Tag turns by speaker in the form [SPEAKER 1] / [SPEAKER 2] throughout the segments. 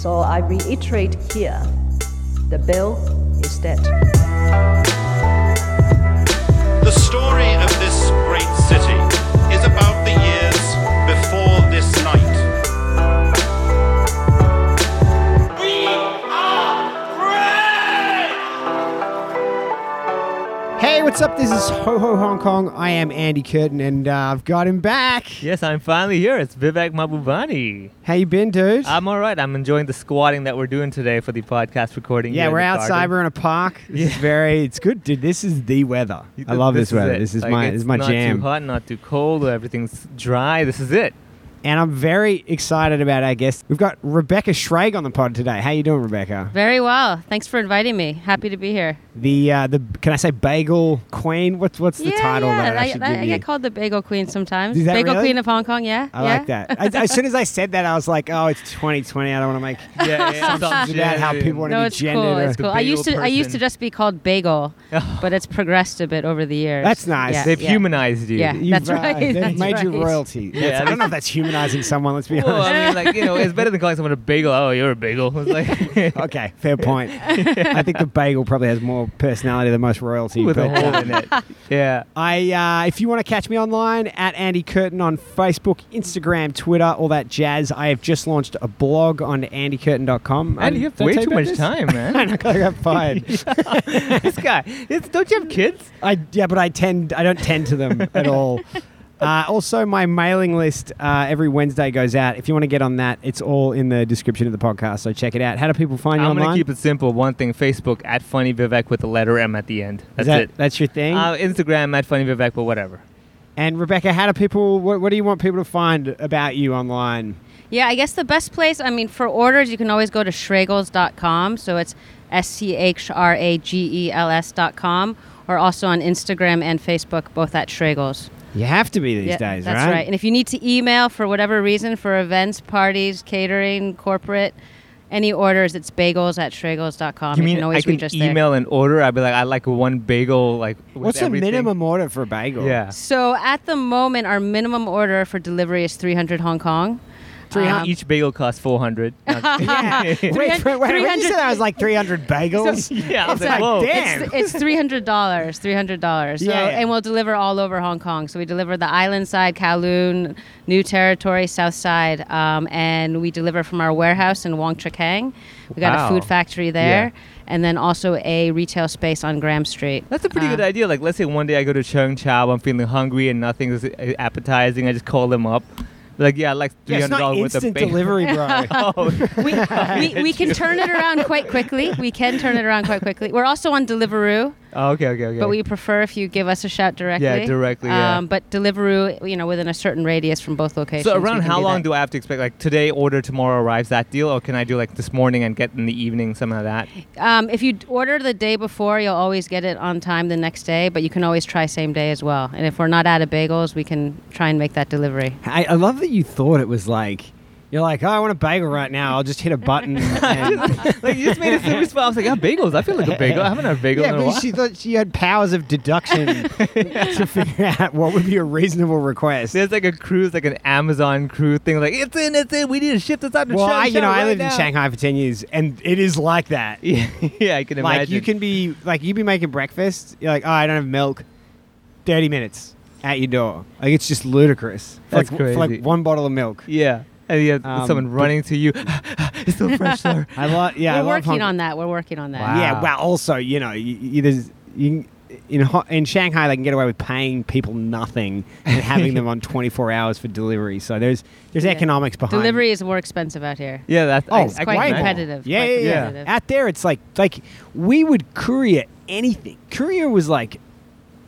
[SPEAKER 1] So I reiterate here the bill is dead.
[SPEAKER 2] The story of this great city is about the years before this night.
[SPEAKER 3] Hey, what's up? This is Ho Ho Hong Kong. I am Andy Curtin, and uh, I've got him back.
[SPEAKER 4] Yes, I'm finally here. It's Vivek Mabubani.
[SPEAKER 3] How you been, dude?
[SPEAKER 4] I'm all right. I'm enjoying the squatting that we're doing today for the podcast recording.
[SPEAKER 3] yeah,
[SPEAKER 4] here in
[SPEAKER 3] we're
[SPEAKER 4] the
[SPEAKER 3] outside.
[SPEAKER 4] garden.
[SPEAKER 3] We're in a park. This is very. It's good, dude. This is the weather. I love this,
[SPEAKER 4] is
[SPEAKER 3] weather.
[SPEAKER 4] it.
[SPEAKER 3] This is
[SPEAKER 4] Like,
[SPEAKER 3] my.
[SPEAKER 4] it's
[SPEAKER 3] This is my
[SPEAKER 4] not
[SPEAKER 3] jam.
[SPEAKER 4] Not too hot, not too cold. Everything's dry. This is it.
[SPEAKER 3] And I'm very excited about our guest. We've got Rebecca Schrag on the pod today. How you doing, Rebecca?
[SPEAKER 5] Very well. Thanks for inviting me. Happy to be here.
[SPEAKER 3] The uh, the can I say bagel queen? What's what's the title that I, should
[SPEAKER 5] I,
[SPEAKER 3] give
[SPEAKER 5] I
[SPEAKER 3] you?
[SPEAKER 5] get called the bagel queen sometimes.
[SPEAKER 3] Is that
[SPEAKER 5] bagel
[SPEAKER 3] really?
[SPEAKER 5] queen of Hong Kong, yeah.
[SPEAKER 3] I
[SPEAKER 5] yeah.
[SPEAKER 3] like that. I, as soon as I said that, I was like, oh, it's 2020. I don't want to make
[SPEAKER 4] Yeah, yeah.
[SPEAKER 3] assumptions about how people want to
[SPEAKER 5] No,
[SPEAKER 3] be
[SPEAKER 5] it's
[SPEAKER 3] gendered.
[SPEAKER 5] cool.
[SPEAKER 3] or-
[SPEAKER 5] It's
[SPEAKER 4] The
[SPEAKER 5] cool. I
[SPEAKER 4] bagel
[SPEAKER 5] used to I used to
[SPEAKER 4] person.
[SPEAKER 5] just be called bagel, but it's progressed a bit over the years.
[SPEAKER 3] Oh. That's nice.
[SPEAKER 5] Yeah,
[SPEAKER 4] They've
[SPEAKER 5] yeah.
[SPEAKER 4] humanized you.
[SPEAKER 5] Yeah.
[SPEAKER 3] You've,
[SPEAKER 5] That's
[SPEAKER 3] uh,
[SPEAKER 5] right,
[SPEAKER 3] They've
[SPEAKER 5] that's
[SPEAKER 3] made you
[SPEAKER 5] right.
[SPEAKER 3] rolealty.
[SPEAKER 4] Yeah,
[SPEAKER 3] That's- I don't
[SPEAKER 4] that's-
[SPEAKER 3] know if that's humanizing someone. Let's be
[SPEAKER 4] Well,
[SPEAKER 3] honest.
[SPEAKER 4] I mean, like you know, it's better than calling someone a bagel. Oh, you're a bagel. It's like
[SPEAKER 3] okay, fair point. I think the bagel probably has more personality than most royalty.
[SPEAKER 4] with a
[SPEAKER 3] but,
[SPEAKER 4] hole
[SPEAKER 3] uh,
[SPEAKER 4] in it. Yeah.
[SPEAKER 3] I, uh, if you want to catch me online at Andy Curtin on Facebook, Instagram, Twitter, all that jazz. I have just launched a blog on andycurtin.com. Um,
[SPEAKER 4] And you have
[SPEAKER 3] did I
[SPEAKER 4] way
[SPEAKER 3] tell
[SPEAKER 4] too
[SPEAKER 3] about
[SPEAKER 4] much
[SPEAKER 3] this?
[SPEAKER 4] time,
[SPEAKER 3] I
[SPEAKER 4] man.
[SPEAKER 3] know, I got fired.
[SPEAKER 4] this guy. It's, don't you have kids?
[SPEAKER 3] I yeah, but I tend I don't tend to them at all. Uh, also, my mailing list uh, every Wednesday goes out. If you want to get on that, it's all in the description of the podcast. So check it out. How do people find you
[SPEAKER 4] I'm
[SPEAKER 3] online?
[SPEAKER 4] gonna keep it simple. One thing: Facebook at Funny Vivek with the letter M at the end.
[SPEAKER 3] Is
[SPEAKER 4] That's
[SPEAKER 3] that-
[SPEAKER 4] it.
[SPEAKER 3] That's your thing.
[SPEAKER 4] Uh, Instagram at Funny Vivek, but whatever.
[SPEAKER 3] and Rebecca, how do people? What, what do you want people to find about you online?
[SPEAKER 5] Yeah, I guess the best place, I mean, for orders, you can always go to schregels.com. So it's S C H R A G E L S.com, or also on Instagram and Facebook, both at Schregels.
[SPEAKER 3] You have to be these days,
[SPEAKER 5] that's right? And if you need to email for whatever reason, for events, parties, catering, corporate, any orders, it's bagels at schregels.com.
[SPEAKER 4] You mean
[SPEAKER 5] can always
[SPEAKER 4] I can
[SPEAKER 5] reach us
[SPEAKER 4] email an order? I'd be like, I like one bagel. Like, with
[SPEAKER 3] What's the
[SPEAKER 4] everything.
[SPEAKER 3] minimum order for a bagel?
[SPEAKER 4] Yeah.
[SPEAKER 5] there. So at the moment, our minimum order for delivery is 300 Hong Kong.
[SPEAKER 4] And
[SPEAKER 5] Um,
[SPEAKER 4] each bagel costs four hundred.
[SPEAKER 3] yeah. wait, wait, wait, when you
[SPEAKER 5] 300
[SPEAKER 3] said that was like 300 bagels.
[SPEAKER 4] yeah, I was like,
[SPEAKER 5] It's like-
[SPEAKER 4] whoa.
[SPEAKER 3] damn.
[SPEAKER 5] It's, it's three hundred dollars. Three hundred dollars.
[SPEAKER 3] Yeah, yeah.
[SPEAKER 5] and we'll deliver all over Hong Kong. So we deliver the island side, Kowloon, New Territory, South Side, um, and we deliver from our warehouse in Wong Chuk Hang. We got
[SPEAKER 4] Wow.
[SPEAKER 5] a food factory there, and then also a retail space on Graham Street.
[SPEAKER 4] That's a pretty good idea. Like, let's say one day I go to Cheung Chow, I'm feeling hungry and nothing is uh, appetizing. I just call them up. Like, yeah, I like
[SPEAKER 3] Yeah,
[SPEAKER 4] three
[SPEAKER 3] it's
[SPEAKER 4] hundred
[SPEAKER 3] not
[SPEAKER 4] dollars worth of
[SPEAKER 3] instant
[SPEAKER 4] bagel.
[SPEAKER 3] delivery, bro.
[SPEAKER 5] Um, we, we, we can turn it around quite quickly. We can turn it around quite quickly. We're also on Deliveroo.
[SPEAKER 4] Oh, okay, okay, okay.
[SPEAKER 5] But we prefer if you give us a shout directly.
[SPEAKER 4] directly, yeah.
[SPEAKER 5] Um, but Deliveroo, you know, within a certain radius from both locations.
[SPEAKER 4] so
[SPEAKER 5] we
[SPEAKER 4] around
[SPEAKER 5] can
[SPEAKER 4] how
[SPEAKER 5] do
[SPEAKER 4] long
[SPEAKER 5] that.
[SPEAKER 4] do I have to expect? Like today, order tomorrow arrives. That deal, or can I do like this morning and get in the evening some of that?
[SPEAKER 5] Um, if you d- order the day before, you'll always get it on time the next day. But you can always try same day as well. And if we're not out of bagels, we can try and make that delivery.
[SPEAKER 3] I, I love that you thought it was like you're like, oh, I want a bagel right now. I'll just hit a button. and-
[SPEAKER 4] Like you just made it super small. I was like, yeah, bagels. I feel like a bagel. I haven't had a bagel
[SPEAKER 3] yeah,
[SPEAKER 4] in a
[SPEAKER 3] but
[SPEAKER 4] while.
[SPEAKER 3] she thought she had powers of deduction to figure out what would be a reasonable request.
[SPEAKER 4] There's like a cruise, like an Amazon cruise thing. Like it's in, it's in. We need to ship this out to
[SPEAKER 3] Well,
[SPEAKER 4] Shanghai.
[SPEAKER 3] I, you know, I lived in
[SPEAKER 4] Shanghai.
[SPEAKER 3] Shanghai for ten years, and it is like that.
[SPEAKER 4] Yeah, yeah, I can imagine.
[SPEAKER 3] Like you can be like you be making breakfast. You're like, oh, I don't have milk. Thirty minutes at your door. Like it's just ludicrous. For
[SPEAKER 4] That's
[SPEAKER 3] like, For like
[SPEAKER 4] crazy.
[SPEAKER 3] one bottle of milk.
[SPEAKER 4] Yeah, and you have
[SPEAKER 3] Um,
[SPEAKER 4] someone running to you. it's so fresh, sir.
[SPEAKER 3] I love. Yeah, I
[SPEAKER 5] we're
[SPEAKER 3] love
[SPEAKER 5] working
[SPEAKER 3] Hong-
[SPEAKER 5] on that. We're working on that.
[SPEAKER 4] Wow.
[SPEAKER 3] Yeah. Well, also, you know, you, you, there's you, can- in Ho- in Shanghai they can get away with paying people nothing and having them on 24 hours for delivery. So there's there's
[SPEAKER 5] Yeah.
[SPEAKER 3] economics behind
[SPEAKER 5] Delivery is more expensive out here.
[SPEAKER 4] Yeah, that's
[SPEAKER 3] Oh,
[SPEAKER 4] I-
[SPEAKER 3] it's
[SPEAKER 4] I can
[SPEAKER 5] quite
[SPEAKER 4] imagine.
[SPEAKER 5] competitive.
[SPEAKER 3] Yeah,
[SPEAKER 5] quite
[SPEAKER 3] yeah, yeah.
[SPEAKER 5] competitive.
[SPEAKER 3] Out there, it's like like we would courier anything. Courier was like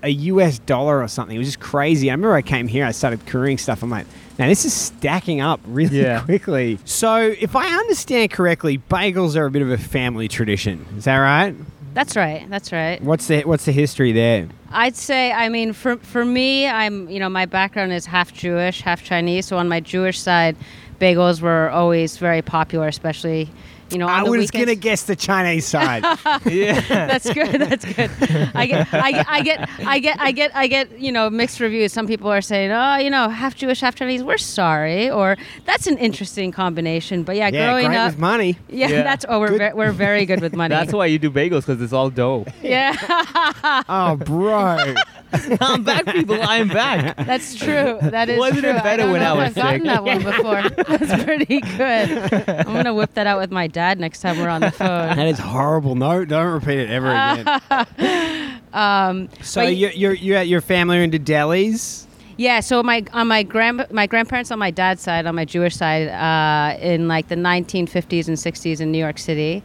[SPEAKER 3] a US dollar or something. It was just crazy. I remember I came here, I started couriering stuff. I'm like, now this is stacking up really
[SPEAKER 4] Yeah.
[SPEAKER 3] quickly. So if I understand correctly, bagels are a bit of a family tradition. Is that right?
[SPEAKER 5] That's right. That's right.
[SPEAKER 3] What's the what's the history there?
[SPEAKER 5] I'd say, I mean, for for me, I'm you know my background is half Jewish, half Chinese. So on my Jewish side, bagels were always very popular, especially You know, on
[SPEAKER 3] I
[SPEAKER 5] the
[SPEAKER 3] was
[SPEAKER 5] weekends.
[SPEAKER 3] gonna guess the Chinese side.
[SPEAKER 4] yeah.
[SPEAKER 5] That's good. That's good. I get, I, I get, I get, I get, I get. You know, mixed reviews. Some people are saying, "Oh, you know, half Jewish, half Chinese. We're sorry," or "That's an interesting combination." But yeah,
[SPEAKER 3] yeah,
[SPEAKER 5] growing
[SPEAKER 3] great
[SPEAKER 5] up,
[SPEAKER 3] with money.
[SPEAKER 5] yeah,
[SPEAKER 4] Yeah.
[SPEAKER 5] that's oh, we're
[SPEAKER 3] Good.
[SPEAKER 5] ve- we're very good with money.
[SPEAKER 4] That's why you do bagels because it's all dough.
[SPEAKER 5] yeah,
[SPEAKER 3] Oh, bro.
[SPEAKER 4] I'm back, people. I'm back.
[SPEAKER 5] that's true. That is
[SPEAKER 4] Wasn't
[SPEAKER 5] true.
[SPEAKER 4] it better
[SPEAKER 5] I don't
[SPEAKER 4] when
[SPEAKER 5] know
[SPEAKER 4] I was
[SPEAKER 5] if I've gotten
[SPEAKER 4] sick?
[SPEAKER 5] that one before. That's pretty good. I'm gonna whip that out with my dad next time we're on the phone.
[SPEAKER 3] that is horrible. No, don't repeat it ever again.
[SPEAKER 5] Um,
[SPEAKER 3] so
[SPEAKER 5] but-
[SPEAKER 3] you you you at your family are into delis.
[SPEAKER 5] Yeah, so my on my grand my grandparents on my dad's side, on my Jewish side, uh, in like the 1950s and 60s in New York City,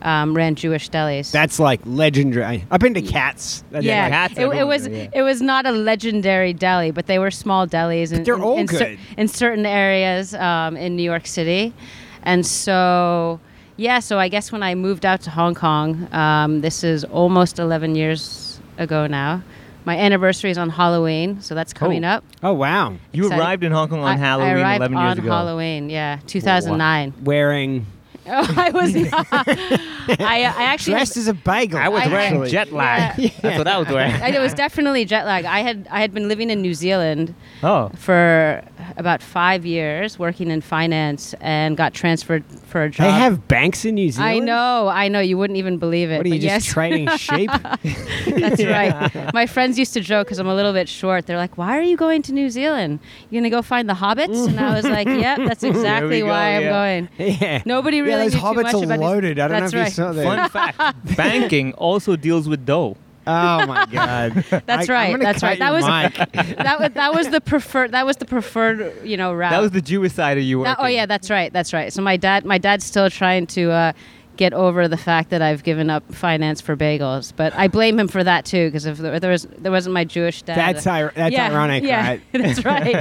[SPEAKER 5] um, ran Jewish delis.
[SPEAKER 3] That's like legendary. I've been to cats. That's
[SPEAKER 5] yeah,
[SPEAKER 3] like-
[SPEAKER 4] cats
[SPEAKER 5] it, it
[SPEAKER 4] everywhere,
[SPEAKER 5] was
[SPEAKER 4] yeah.
[SPEAKER 5] it was not a legendary deli, but they were small delis. In,
[SPEAKER 3] they're
[SPEAKER 5] in,
[SPEAKER 3] all
[SPEAKER 5] in cer-
[SPEAKER 3] good.
[SPEAKER 5] in certain areas um, in New York City, and so yeah, so I guess when I moved out to Hong Kong, um, this is almost 11 years ago now. My anniversary is on Halloween, so that's coming
[SPEAKER 4] Oh.
[SPEAKER 5] up.
[SPEAKER 3] oh wow.
[SPEAKER 4] You
[SPEAKER 5] Exciting.
[SPEAKER 4] arrived in Hong Kong on
[SPEAKER 5] I-
[SPEAKER 4] Halloween
[SPEAKER 5] I arrived
[SPEAKER 4] 11 years
[SPEAKER 5] on
[SPEAKER 4] ago.
[SPEAKER 5] Halloween, yeah, 2009.
[SPEAKER 3] Wearing
[SPEAKER 5] Oh, I was not. I, I actually.
[SPEAKER 3] dressed as a bagel.
[SPEAKER 4] I was
[SPEAKER 5] I-
[SPEAKER 4] wearing
[SPEAKER 5] actually-
[SPEAKER 4] jet lag.
[SPEAKER 5] Yeah.
[SPEAKER 4] That's what I was wearing.
[SPEAKER 5] I- it was definitely jet lag. I had I had been living in New Zealand
[SPEAKER 4] Oh,
[SPEAKER 5] for about five years, working in finance, and got transferred for a job.
[SPEAKER 3] They have banks in New Zealand.
[SPEAKER 5] I know, I know. You wouldn't even believe it.
[SPEAKER 3] What are you
[SPEAKER 5] but
[SPEAKER 3] just
[SPEAKER 5] yes,
[SPEAKER 3] trading sheep?
[SPEAKER 5] that's right. My friends used to joke because I'm a little bit short. They're like, "Why are you going to New Zealand? You gonna go find the hobbits?" And I was like, "Yep, that's exactly
[SPEAKER 4] go,
[SPEAKER 5] why I'm
[SPEAKER 4] yeah.
[SPEAKER 5] going."
[SPEAKER 3] yeah.
[SPEAKER 5] Nobody
[SPEAKER 3] Yeah,
[SPEAKER 5] really
[SPEAKER 3] those
[SPEAKER 5] knew too
[SPEAKER 3] hobbits
[SPEAKER 5] much
[SPEAKER 3] are
[SPEAKER 5] about New-
[SPEAKER 3] loaded. I don't
[SPEAKER 5] That's
[SPEAKER 3] know if
[SPEAKER 5] right.
[SPEAKER 3] you saw that.
[SPEAKER 4] fun fact. Banking also deals with dough.
[SPEAKER 3] Oh my god.
[SPEAKER 5] That's
[SPEAKER 3] I- I'm
[SPEAKER 5] right.
[SPEAKER 3] gonna
[SPEAKER 5] that's
[SPEAKER 3] cut
[SPEAKER 5] right. That was
[SPEAKER 3] your mic.
[SPEAKER 5] that was that was the preferred that was the preferred you know route.
[SPEAKER 4] That was the Jewish side of you.
[SPEAKER 5] Uh, That-
[SPEAKER 4] Working.
[SPEAKER 5] oh yeah, that's right. That's right. So my dad my dad's still trying to uh, get over the fact that I've given up finance for bagels, but I blame him for that too because if there, there was there wasn't my Jewish dad. uh,
[SPEAKER 3] That's ir- that's
[SPEAKER 5] Yeah,
[SPEAKER 3] ironic,
[SPEAKER 5] yeah,
[SPEAKER 3] right?
[SPEAKER 5] that's right.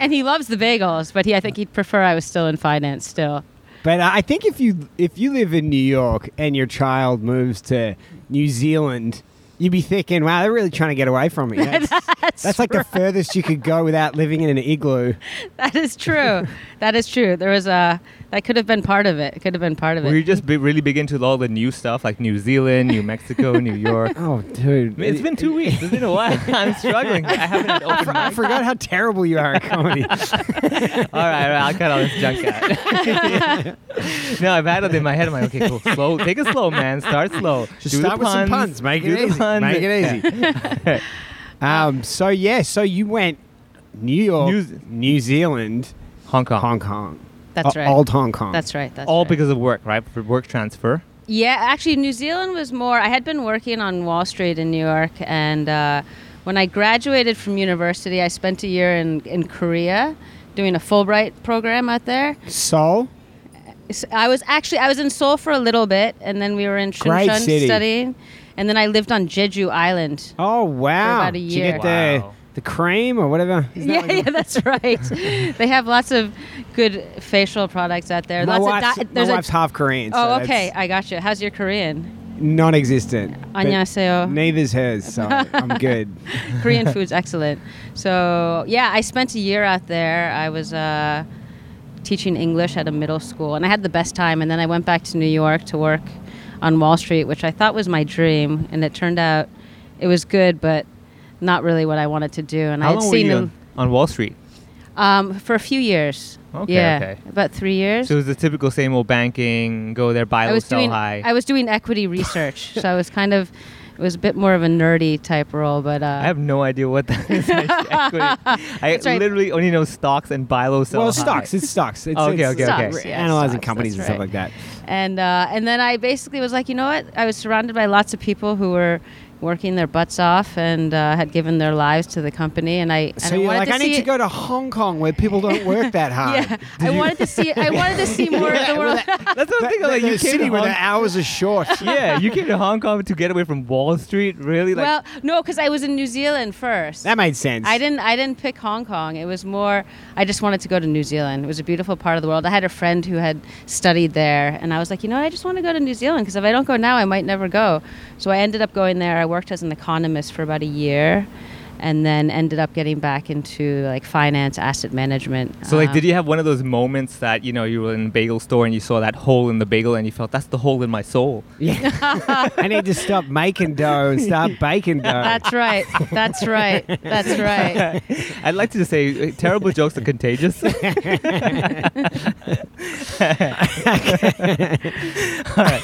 [SPEAKER 5] and he loves the bagels, but he I think he'd prefer I was still in finance still.
[SPEAKER 3] But I think if you if you live in New York and your child moves to New Zealand, you'd be thinking, "Wow, they're really trying to get away from me." That's, that's, like the furthest you could go without living in an igloo.
[SPEAKER 5] That is true. that is true. There was a that could have been part of it. Could have been part of
[SPEAKER 4] Were you
[SPEAKER 5] it.
[SPEAKER 4] just be really big into all the new stuff like New Zealand, New Mexico, New York?
[SPEAKER 3] Oh, dude,
[SPEAKER 4] It's been two weeks. It's been a while. I'm struggling. I haven't had open
[SPEAKER 3] I
[SPEAKER 4] mic.
[SPEAKER 3] forgot how terrible you are at comedy.
[SPEAKER 4] All right, all right, I'll cut all this junk out. no, I've had it in my head. I'm like, okay, cool. Slow. Take it slow, man. Start slow.
[SPEAKER 3] Just
[SPEAKER 4] Do the
[SPEAKER 3] start with some puns. Make
[SPEAKER 4] Do
[SPEAKER 3] it
[SPEAKER 4] the
[SPEAKER 3] easy.
[SPEAKER 4] puns.
[SPEAKER 3] Make it easy. um, so yeah, so you went New York,
[SPEAKER 4] New
[SPEAKER 3] New,
[SPEAKER 4] Z-
[SPEAKER 3] Zealand,
[SPEAKER 4] Hong Kong.
[SPEAKER 3] e- Hong Kong.
[SPEAKER 5] That's
[SPEAKER 3] O-
[SPEAKER 5] right.
[SPEAKER 3] Old Hong Kong.
[SPEAKER 5] That's right. That's
[SPEAKER 4] All
[SPEAKER 5] right.
[SPEAKER 4] because of work, right? For work transfer.
[SPEAKER 5] Yeah, actually, New Zealand was more. I had been working on Wall Street in New York, and uh, when I graduated from university, I spent a year in, in Korea doing a Fulbright program out there.
[SPEAKER 3] Seoul.
[SPEAKER 5] S- I was actually I was in Seoul for a little bit, and then we were in
[SPEAKER 3] Great
[SPEAKER 5] Shenzhen
[SPEAKER 3] city.
[SPEAKER 5] studying, and then I lived on Jeju Island.
[SPEAKER 3] Oh wow!
[SPEAKER 5] about a
[SPEAKER 3] Did
[SPEAKER 5] year.
[SPEAKER 3] you get the
[SPEAKER 4] Wow.
[SPEAKER 3] the cream or whatever? Is that
[SPEAKER 5] Yeah,
[SPEAKER 3] what it-
[SPEAKER 5] yeah, that's right. they have lots of good facial products out there.
[SPEAKER 3] My
[SPEAKER 5] lots
[SPEAKER 3] wife's,
[SPEAKER 5] of di-
[SPEAKER 3] my
[SPEAKER 5] there's a-
[SPEAKER 3] wife's half Korean.
[SPEAKER 5] Oh,
[SPEAKER 3] so
[SPEAKER 5] okay.
[SPEAKER 3] that's
[SPEAKER 5] I got you. How's your Korean?
[SPEAKER 3] Non-existent. but
[SPEAKER 5] 안녕하세요.
[SPEAKER 3] Neither's hers, so I'm good.
[SPEAKER 5] Korean food's excellent. So yeah, I spent a year out there. I was uh, teaching English at a middle school, and I had the best time. And then I went back to New York to work on Wall Street, which I thought was my dream, and it turned out it was good, but not really what I wanted to do. And I
[SPEAKER 4] How
[SPEAKER 5] had
[SPEAKER 4] long were
[SPEAKER 5] seen
[SPEAKER 4] you
[SPEAKER 5] them
[SPEAKER 4] on, on Wall Street?
[SPEAKER 5] um, for a few years.
[SPEAKER 4] Okay,
[SPEAKER 5] yeah,
[SPEAKER 4] okay.
[SPEAKER 5] about three years.
[SPEAKER 4] So it was the typical same old banking, go there, buy
[SPEAKER 5] I
[SPEAKER 4] low,
[SPEAKER 5] was
[SPEAKER 4] sell
[SPEAKER 5] doing
[SPEAKER 4] high.
[SPEAKER 5] I was doing equity research, so I was kind of it was a bit more of a nerdy type role, but uh,
[SPEAKER 4] I have no idea what that is. actually. I
[SPEAKER 5] right.
[SPEAKER 4] literally only know stocks and buy low, sell
[SPEAKER 3] well,
[SPEAKER 4] high.
[SPEAKER 3] stocks. It's stocks. It's,
[SPEAKER 4] Oh, okay,
[SPEAKER 3] it's
[SPEAKER 4] okay, okay.
[SPEAKER 5] Stocks, yeah,
[SPEAKER 3] analyzing
[SPEAKER 5] stocks,
[SPEAKER 3] companies and
[SPEAKER 5] that's
[SPEAKER 3] stuff
[SPEAKER 5] right.
[SPEAKER 3] like that.
[SPEAKER 5] and uh, and then I basically was like, you know what? I was surrounded by lots of people who were working their butts off and uh, had given their lives to the company, and I and
[SPEAKER 3] So
[SPEAKER 5] I
[SPEAKER 3] you're
[SPEAKER 5] wanted
[SPEAKER 3] like,
[SPEAKER 5] to
[SPEAKER 3] I
[SPEAKER 5] see
[SPEAKER 3] need to go to Hong Kong where people don't work that hard.
[SPEAKER 5] Yeah, I wanted to see. I wanted to see more of the world.
[SPEAKER 4] That's what I'm
[SPEAKER 3] That,
[SPEAKER 4] thinking.
[SPEAKER 3] that-
[SPEAKER 4] Like, you
[SPEAKER 3] that
[SPEAKER 4] came
[SPEAKER 3] city
[SPEAKER 4] to
[SPEAKER 3] where
[SPEAKER 4] Hong
[SPEAKER 3] the hours are short.
[SPEAKER 4] yeah, you came to Hong Kong to get away from Wall Street, really? Like,
[SPEAKER 5] well, no, because I was in New Zealand first.
[SPEAKER 3] that made sense.
[SPEAKER 5] I didn't. I didn't pick Hong Kong. It was more. I just wanted to go to New Zealand. It was a beautiful part of the world. I had a friend who had studied there, and I was like, you know, what? I just want to go to New Zealand because if I don't go now, I might never go. So I ended up going there. I worked as an economist for about a year, and then ended up getting back into like finance, asset management.
[SPEAKER 4] So like,
[SPEAKER 5] Um,
[SPEAKER 4] did you have one of those moments that you know you were in a bagel store and you saw that hole in the bagel and you felt that's the hole in my soul?
[SPEAKER 3] Yeah. I need to stop making dough and start baking dough.
[SPEAKER 5] uh, That's right. That's right. That's right.
[SPEAKER 4] I'd like to just say uh, terrible jokes are contagious. All right,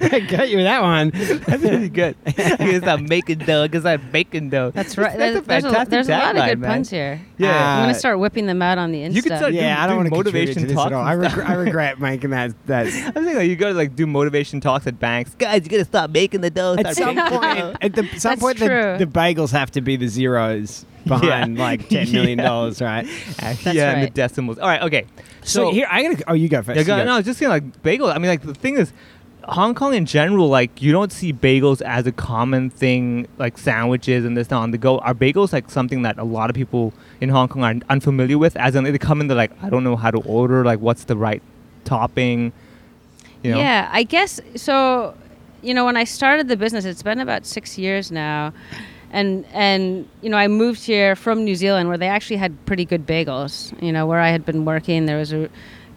[SPEAKER 3] I got you with that one.
[SPEAKER 4] that's really good. Because I'm making dough. Because I'm baking dough.
[SPEAKER 5] That's right.
[SPEAKER 4] That's
[SPEAKER 5] There's,
[SPEAKER 4] a
[SPEAKER 5] there's a,
[SPEAKER 4] fantastic
[SPEAKER 5] there's a lot of
[SPEAKER 4] tagline,
[SPEAKER 5] good
[SPEAKER 4] man.
[SPEAKER 5] puns here.
[SPEAKER 4] Yeah.
[SPEAKER 5] I'm
[SPEAKER 3] Uh,
[SPEAKER 5] gonna start whipping them out on the Insta.
[SPEAKER 4] You could start-
[SPEAKER 3] yeah, I don't
[SPEAKER 4] do
[SPEAKER 3] want to
[SPEAKER 4] motivation
[SPEAKER 3] to this
[SPEAKER 4] talk
[SPEAKER 3] at all.
[SPEAKER 4] and
[SPEAKER 3] I, regr- I regret making that. That
[SPEAKER 4] I'm saying like, you go to like do motivation talks at banks. Guys, you gotta stop making the dough.
[SPEAKER 3] at some
[SPEAKER 4] Start baking the dough."
[SPEAKER 3] point, at the, some
[SPEAKER 5] That's
[SPEAKER 3] point, the,
[SPEAKER 5] true.
[SPEAKER 3] the bagels have to be the zeros behind
[SPEAKER 4] Yeah.
[SPEAKER 3] like ten million dollars, right?
[SPEAKER 4] yeah, and the
[SPEAKER 5] right.
[SPEAKER 4] decimals. All right, okay.
[SPEAKER 3] So, here, I gotta. Oh, you go first.
[SPEAKER 4] Yeah,
[SPEAKER 3] you
[SPEAKER 4] go-
[SPEAKER 3] go.
[SPEAKER 4] no, I was just saying like bagels. I mean, like the thing is, Hong Kong in general, like you don't see bagels as a common thing, like sandwiches and this and on the go. Are bagels like something that a lot of people in Hong Kong are unfamiliar with? As in, they come in, they're like, I don't know how to order. Like, what's the right topping? You know?
[SPEAKER 5] Yeah, I guess so. You know, when I started the business, it's been about six years now, and and you know, I moved here from New Zealand where they actually had pretty good bagels. You know, where I had been working, there was a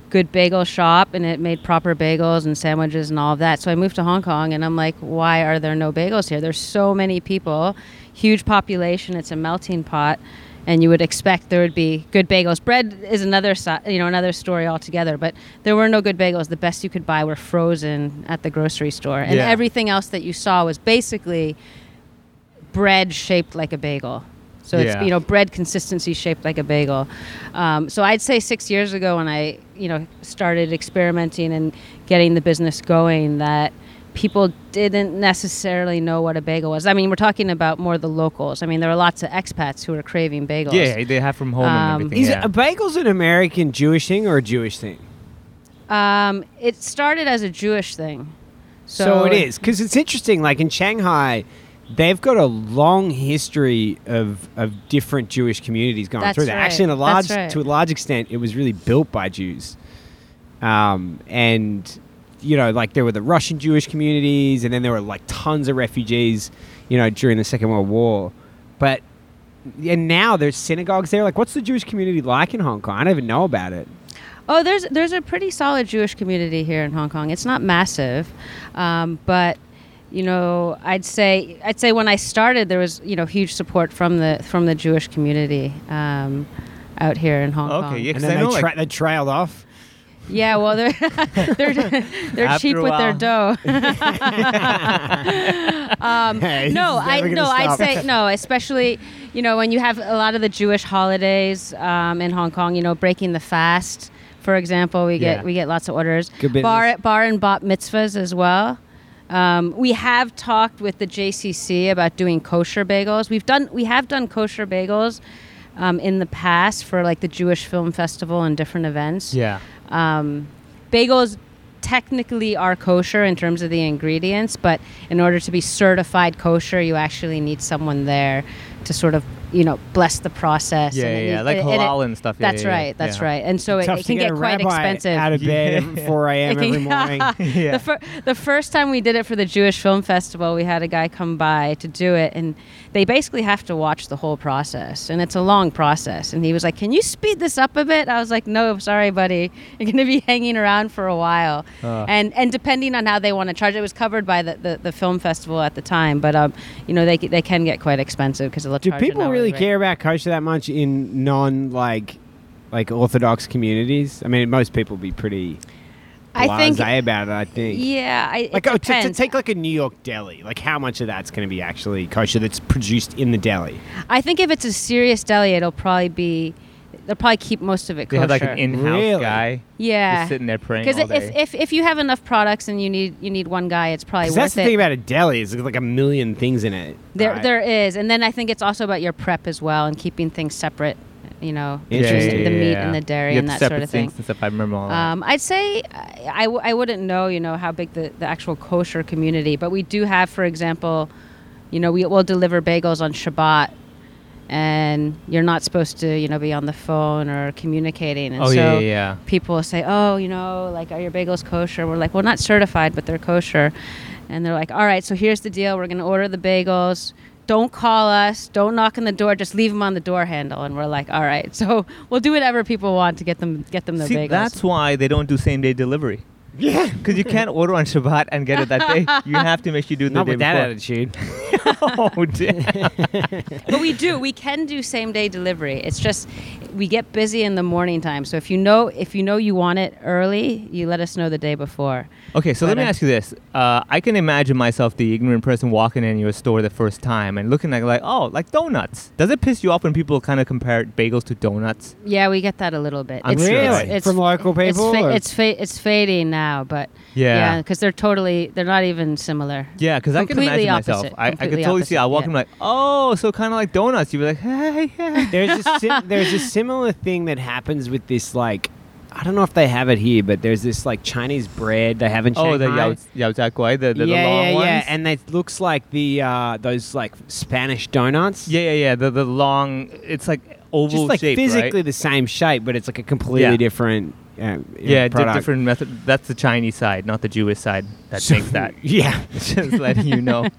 [SPEAKER 5] good bagel shop and it made proper bagels and sandwiches and all of that. So I moved to Hong Kong and I'm like, why are there no bagels here? There's so many people, huge population. It's a melting pot. And you would expect there would be good bagels. Bread is another, si- you know, another story altogether. But there were no good bagels. The best you could buy were frozen at the grocery store, and
[SPEAKER 4] Yeah.
[SPEAKER 5] everything else that you saw was basically bread shaped like a bagel. So
[SPEAKER 4] Yeah.
[SPEAKER 5] it's you know bread consistency shaped like a bagel. Um, so I'd say six years ago when I you know started experimenting and getting the business going that people didn't necessarily know what a bagel was. I mean we're talking about more the locals. I mean there were lots of expats who were craving bagels.
[SPEAKER 4] yeah, they have from home and
[SPEAKER 5] Um,
[SPEAKER 4] everything.
[SPEAKER 3] Is
[SPEAKER 4] yeah.
[SPEAKER 3] it, a bagels an American Jewish thing or a Jewish thing?
[SPEAKER 5] Um, it started as a Jewish thing.
[SPEAKER 3] So, it is because it's interesting. Like in Shanghai, they've got a long history of of different Jewish communities going
[SPEAKER 5] That's
[SPEAKER 3] through that.
[SPEAKER 5] right.
[SPEAKER 3] Actually, in a large
[SPEAKER 5] That's right.
[SPEAKER 3] to a large extent, it was really built by Jews, um, and you know, like there were the Russian Jewish communities, and then there were like tons of refugees, you know, during the Second World War, but. And now there's synagogues there. Like, what's the Jewish community like in Hong Kong? I don't even know about it.
[SPEAKER 5] Oh, there's there's a pretty solid Jewish community here in Hong Kong. It's not massive, um, but you know, I'd say I'd say when I started, there was you know huge support from the from the Jewish community um, out here in Hong
[SPEAKER 4] Okay,
[SPEAKER 5] Kong.
[SPEAKER 4] yeah.
[SPEAKER 3] And
[SPEAKER 4] 'Cause
[SPEAKER 3] then
[SPEAKER 4] I
[SPEAKER 3] they,
[SPEAKER 4] know, like-
[SPEAKER 3] tra- they trailed off.
[SPEAKER 5] Yeah, well, they're they're they're
[SPEAKER 4] After
[SPEAKER 5] cheap
[SPEAKER 4] a
[SPEAKER 5] with their dough. um,
[SPEAKER 3] Hey,
[SPEAKER 5] no,
[SPEAKER 3] he's never
[SPEAKER 5] I
[SPEAKER 3] gonna
[SPEAKER 5] no, I'd
[SPEAKER 3] stop.
[SPEAKER 5] say no, especially you know when you have a lot of the Jewish holidays um, in Hong Kong. You know, breaking the fast, for example, we get
[SPEAKER 4] Yeah.
[SPEAKER 5] we get lots of orders.
[SPEAKER 3] Good business.
[SPEAKER 5] bar bar and bat mitzvahs as well. Um, we have talked with the JCC about doing kosher bagels. We've done we have done kosher bagels. Um, in the past, for like the Jewish Film Festival and different events,
[SPEAKER 4] yeah.
[SPEAKER 5] um, bagels technically are kosher in terms of the ingredients, but in order to be certified kosher, you actually need someone there to sort of you know bless the process.
[SPEAKER 4] Yeah,
[SPEAKER 5] and it
[SPEAKER 4] yeah,
[SPEAKER 5] need-
[SPEAKER 4] like
[SPEAKER 5] and
[SPEAKER 4] halal and stuff. Yeah,
[SPEAKER 5] That's
[SPEAKER 4] yeah, yeah.
[SPEAKER 5] right. That's
[SPEAKER 4] Yeah.
[SPEAKER 5] right. And so it,
[SPEAKER 3] Tough
[SPEAKER 5] it
[SPEAKER 3] to
[SPEAKER 5] can
[SPEAKER 3] a
[SPEAKER 5] get quite
[SPEAKER 3] rabbi
[SPEAKER 5] expensive.
[SPEAKER 3] Out of bed at 4 a.m.
[SPEAKER 5] It can-
[SPEAKER 3] every morning.
[SPEAKER 4] Yeah.
[SPEAKER 5] The, fir- the first time we did it for the Jewish Film Festival, we had a guy come by to do it, and they basically have to watch the whole process, and it's a long process. And he was like, "Can you speed this up a bit?" I was like, "No, sorry, buddy, you're going to be hanging around for a while."
[SPEAKER 4] Ah.
[SPEAKER 5] And and depending on how they want to charge, it was covered by the, the, the film festival at the time, but um, you know, they c- they can get quite expensive because they'll
[SPEAKER 3] Do
[SPEAKER 5] charge an
[SPEAKER 3] people
[SPEAKER 5] hourly
[SPEAKER 3] really
[SPEAKER 5] rate.
[SPEAKER 3] care about kosher that much in non like like Orthodox communities? I mean, most people be pretty
[SPEAKER 5] I think-
[SPEAKER 3] blasé about it. I think.
[SPEAKER 5] Yeah, I,
[SPEAKER 3] Like
[SPEAKER 5] it
[SPEAKER 3] oh, to, to
[SPEAKER 5] depends.
[SPEAKER 3] take like a New York deli, like how much of that's going to be actually kosher that's produced in the deli?
[SPEAKER 5] I think if it's a serious deli, it'll probably be. They'll probably keep most of it
[SPEAKER 4] They
[SPEAKER 5] kosher.
[SPEAKER 4] have like an in-house
[SPEAKER 3] Really?
[SPEAKER 4] guy.
[SPEAKER 5] Yeah.
[SPEAKER 4] Just sitting there praying
[SPEAKER 5] Because
[SPEAKER 4] all
[SPEAKER 5] if,
[SPEAKER 4] day.
[SPEAKER 5] if if you have enough products and you need you need one guy, it's probably
[SPEAKER 3] 'Cause
[SPEAKER 5] worth
[SPEAKER 3] that's the
[SPEAKER 5] it.
[SPEAKER 3] thing about a deli is there's like a million things in it.
[SPEAKER 5] there
[SPEAKER 3] right?
[SPEAKER 5] there is, and then I think it's also about your prep as well and keeping things separate. You know,
[SPEAKER 3] Yeah, yeah,
[SPEAKER 5] between
[SPEAKER 3] yeah,
[SPEAKER 5] the meat
[SPEAKER 4] yeah.
[SPEAKER 5] and the dairy
[SPEAKER 4] You have
[SPEAKER 5] and
[SPEAKER 4] to
[SPEAKER 5] that sort
[SPEAKER 4] separate
[SPEAKER 5] of thing.
[SPEAKER 4] things and stuff. I remember all that.
[SPEAKER 5] Um, I'd say I I, w- I wouldn't know, you know, how big the, the actual kosher community, but we do have, for example, you know, we will deliver bagels on Shabbat, and you're not supposed to, you know, be on the phone or communicating. And
[SPEAKER 4] Oh,
[SPEAKER 5] so
[SPEAKER 4] yeah, yeah, yeah.
[SPEAKER 5] people will say, oh, you know, like, are your bagels kosher? We're like, well, not certified, but they're kosher. And they're like, all right, so here's the deal. We're going to order the bagels. don't call us, don't knock on the door, just leave them on the door handle, and we're like, all right. So we'll do whatever people want to get them get them their
[SPEAKER 4] See,
[SPEAKER 5] bagels.
[SPEAKER 4] that's why they don't do same day delivery. Yeah, because you can't order on Shabbat and get it that day. You have to make sure you do it the
[SPEAKER 3] Not
[SPEAKER 4] day
[SPEAKER 3] with that
[SPEAKER 4] before.
[SPEAKER 3] attitude.
[SPEAKER 4] oh, damn.
[SPEAKER 5] but we do we can do same day delivery it's just we get busy in the morning time so if you know if you know you want it early you let us know the day before
[SPEAKER 4] Okay, so let
[SPEAKER 5] But
[SPEAKER 4] me
[SPEAKER 5] I-
[SPEAKER 4] ask you this. Uh, I can imagine myself, the ignorant person, walking in your store the first time and looking like, like, oh, like donuts. Does it piss you off when people kind of compare bagels to donuts?
[SPEAKER 5] yeah we get that a little bit
[SPEAKER 4] I'm sure
[SPEAKER 3] Really? From local people,
[SPEAKER 5] it's
[SPEAKER 3] or-
[SPEAKER 5] fa- it's, fa- it's fading now but
[SPEAKER 4] Yeah.
[SPEAKER 5] because they're totally they're not even similar
[SPEAKER 4] Yeah, because I can
[SPEAKER 5] Completely
[SPEAKER 4] imagine myself.
[SPEAKER 5] opposite,
[SPEAKER 4] I, I could
[SPEAKER 5] completely
[SPEAKER 4] totally see. I
[SPEAKER 5] opposite,
[SPEAKER 4] walk
[SPEAKER 5] yeah.
[SPEAKER 4] in like, oh, so kind of like donuts. You'd be like, hey, yeah.
[SPEAKER 3] there's a sim- there's a similar thing that happens with this like I don't know if they have it here, but there's this like Chinese bread they have in Shanghai.
[SPEAKER 4] Oh, the yao yao zha guai, the, the, the
[SPEAKER 3] yeah,
[SPEAKER 4] long
[SPEAKER 3] yeah,
[SPEAKER 4] ones.
[SPEAKER 3] yeah, and it looks like the uh, those like Spanish donuts.
[SPEAKER 4] yeah, yeah, yeah. The the long. It's like oval
[SPEAKER 3] just like
[SPEAKER 4] shape,
[SPEAKER 3] physically
[SPEAKER 4] right?
[SPEAKER 3] the same shape, but it's like a completely
[SPEAKER 4] Yeah.
[SPEAKER 3] different. Uh,
[SPEAKER 4] Yeah, di-
[SPEAKER 3] product.
[SPEAKER 4] different method. That's the Chinese side, not the Jewish side. That
[SPEAKER 3] So-
[SPEAKER 4] makes that.
[SPEAKER 3] Yeah.
[SPEAKER 4] Just letting you know.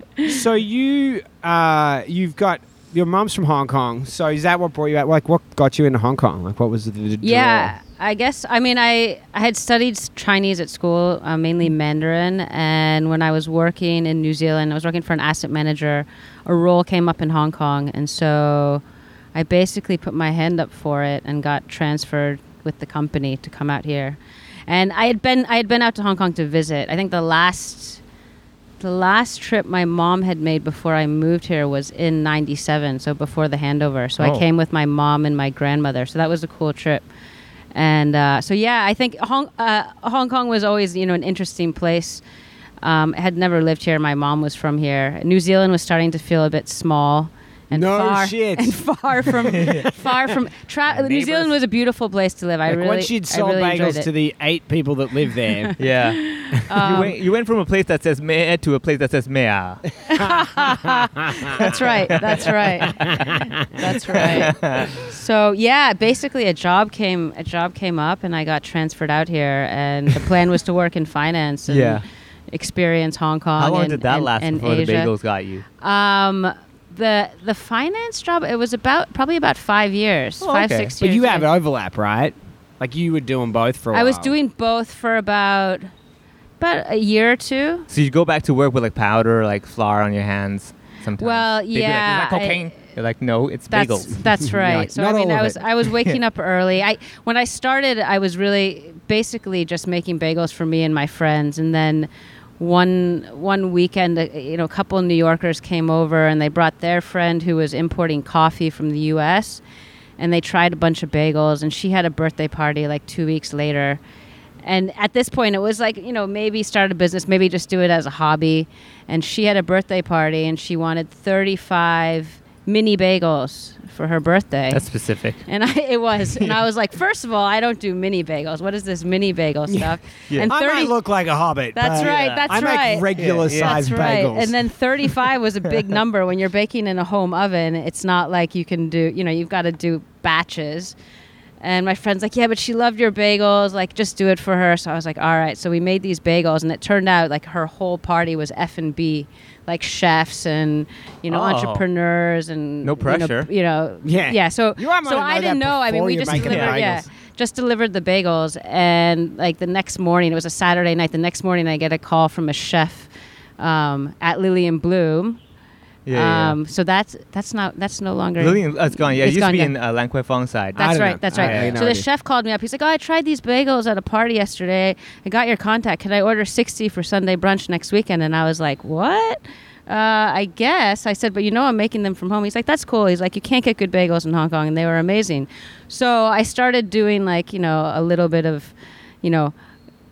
[SPEAKER 3] so you uh, you've got your mum's from Hong Kong. So is that what brought you out? Like, what got you into Hong Kong? Like, what was the, the
[SPEAKER 5] yeah i guess i mean i i had studied s- chinese at school uh, mainly mandarin and when i was working in new zealand i was working for an asset manager a role came up in hong kong and so i basically put my hand up for it and got transferred with the company to come out here and i had been i had been out to hong kong to visit i think the last the last trip my mom had made before I moved here was in 97, so before the handover. So
[SPEAKER 4] Oh.
[SPEAKER 5] I came with my mom and my grandmother. So that was a cool trip. And uh, so, yeah, I think Hong, uh, Hong Kong was always, you know, an interesting place. Um, I had never lived here. My mom was from here. New Zealand was starting to feel a bit small. And
[SPEAKER 3] No
[SPEAKER 5] far,
[SPEAKER 3] shit.
[SPEAKER 5] And far from, far from. Tra- New
[SPEAKER 3] Neighbors.
[SPEAKER 5] Zealand was a beautiful place to live. I
[SPEAKER 3] Like
[SPEAKER 5] really,
[SPEAKER 3] once you'd
[SPEAKER 5] I
[SPEAKER 3] sold
[SPEAKER 5] really enjoyed
[SPEAKER 3] bagels
[SPEAKER 5] it.
[SPEAKER 3] to the eight people that live there,
[SPEAKER 4] Yeah.
[SPEAKER 5] Um,
[SPEAKER 4] you, went, you went from a place that says meh to a place that says mea.
[SPEAKER 5] That's right. That's right. That's right. So yeah, basically a job came a job came up and I got transferred out here and the plan was to work in finance and
[SPEAKER 4] Yeah.
[SPEAKER 5] experience Hong Kong.
[SPEAKER 4] How long
[SPEAKER 5] and-
[SPEAKER 4] did that
[SPEAKER 5] and-
[SPEAKER 4] last
[SPEAKER 5] and
[SPEAKER 4] before the
[SPEAKER 5] Asia.
[SPEAKER 4] bagels got you?
[SPEAKER 5] Um the the finance job it was about probably about five years.
[SPEAKER 4] Oh,
[SPEAKER 5] five,
[SPEAKER 4] okay.
[SPEAKER 5] six
[SPEAKER 3] but
[SPEAKER 5] years.
[SPEAKER 3] you have
[SPEAKER 5] yeah.
[SPEAKER 3] overlap, right? Like you were doing both for a while.
[SPEAKER 5] I was doing both for about about a year or two.
[SPEAKER 4] So you go back to work with like powder, like flour on your hands sometimes.
[SPEAKER 5] Well,
[SPEAKER 4] They'd be like,
[SPEAKER 5] yeah,
[SPEAKER 4] Is that
[SPEAKER 5] I-
[SPEAKER 4] cocaine? You're like, no, it's
[SPEAKER 5] That's
[SPEAKER 4] bagels.
[SPEAKER 5] that's right.
[SPEAKER 3] like,
[SPEAKER 5] so
[SPEAKER 3] not
[SPEAKER 5] I mean,
[SPEAKER 3] all of
[SPEAKER 5] I was
[SPEAKER 3] it.
[SPEAKER 5] I was waking up early. I when I started, I was really basically just making bagels for me and my friends, and then one one weekend, uh, you know, a couple of New Yorkers came over and they brought their friend who was importing coffee from the U.S. and they tried a bunch of bagels, and she had a birthday party like two weeks later. And at this point, it was like, you know, maybe start a business, maybe just do it as a hobby. And she had a birthday party and she wanted 35 mini bagels for her birthday.
[SPEAKER 4] That's specific.
[SPEAKER 5] and I, it was, and I was like, first of all, I don't do mini bagels. What is this mini bagel stuff?
[SPEAKER 4] Yeah.
[SPEAKER 5] And
[SPEAKER 3] I might look like a hobbit.
[SPEAKER 5] that's
[SPEAKER 3] but
[SPEAKER 5] right. That's
[SPEAKER 3] I make
[SPEAKER 5] right.
[SPEAKER 3] regular
[SPEAKER 4] Yeah, yeah.
[SPEAKER 3] sized
[SPEAKER 5] That's right.
[SPEAKER 3] bagels.
[SPEAKER 5] And then 35 was a big number when you're baking in a home oven. It's not like you can do, you know, you've got to do batches. And my friend's like, yeah, but she loved your bagels. Like, just do it for her. So I was like, all right. So we made these bagels, and it turned out like her whole party was F and B, like chefs and you know
[SPEAKER 4] Oh.
[SPEAKER 5] entrepreneurs and
[SPEAKER 4] No
[SPEAKER 5] you know,
[SPEAKER 4] pressure.
[SPEAKER 5] You know,
[SPEAKER 3] Yeah.
[SPEAKER 5] yeah. So
[SPEAKER 3] You might wanna know
[SPEAKER 5] so I didn't
[SPEAKER 3] that
[SPEAKER 5] know. I mean,
[SPEAKER 3] before
[SPEAKER 5] we
[SPEAKER 3] you're
[SPEAKER 5] just
[SPEAKER 3] making
[SPEAKER 5] delivered.
[SPEAKER 3] the
[SPEAKER 5] Yeah
[SPEAKER 3] bagels.
[SPEAKER 5] just delivered the bagels and like the next morning it was a saturday night the next morning i get a call from a chef um, at lillian bloom
[SPEAKER 4] Yeah, yeah,
[SPEAKER 5] um, so that's that's not that's no longer
[SPEAKER 4] yeah. Lillian, oh, it's gone. Yeah,
[SPEAKER 5] It's
[SPEAKER 4] it used
[SPEAKER 5] gone,
[SPEAKER 4] to be in
[SPEAKER 5] yeah.
[SPEAKER 4] uh, Lan Kwai Fong side.
[SPEAKER 3] I
[SPEAKER 5] that's
[SPEAKER 3] don't
[SPEAKER 5] right.
[SPEAKER 3] know.
[SPEAKER 5] That's
[SPEAKER 3] I-
[SPEAKER 5] right.
[SPEAKER 3] I have no
[SPEAKER 5] so the
[SPEAKER 3] idea.
[SPEAKER 5] chef called me up. He's like, "Oh, I tried these bagels at a party yesterday. I got your contact. Can I order sixty for Sunday brunch next weekend?" And I was like, "What?" Uh, I guess I said, but you know, I'm making them from home. He's like, "That's cool." He's like, "You can't get good bagels in Hong Kong," and they were amazing. So I started doing like you know a little bit of, you know.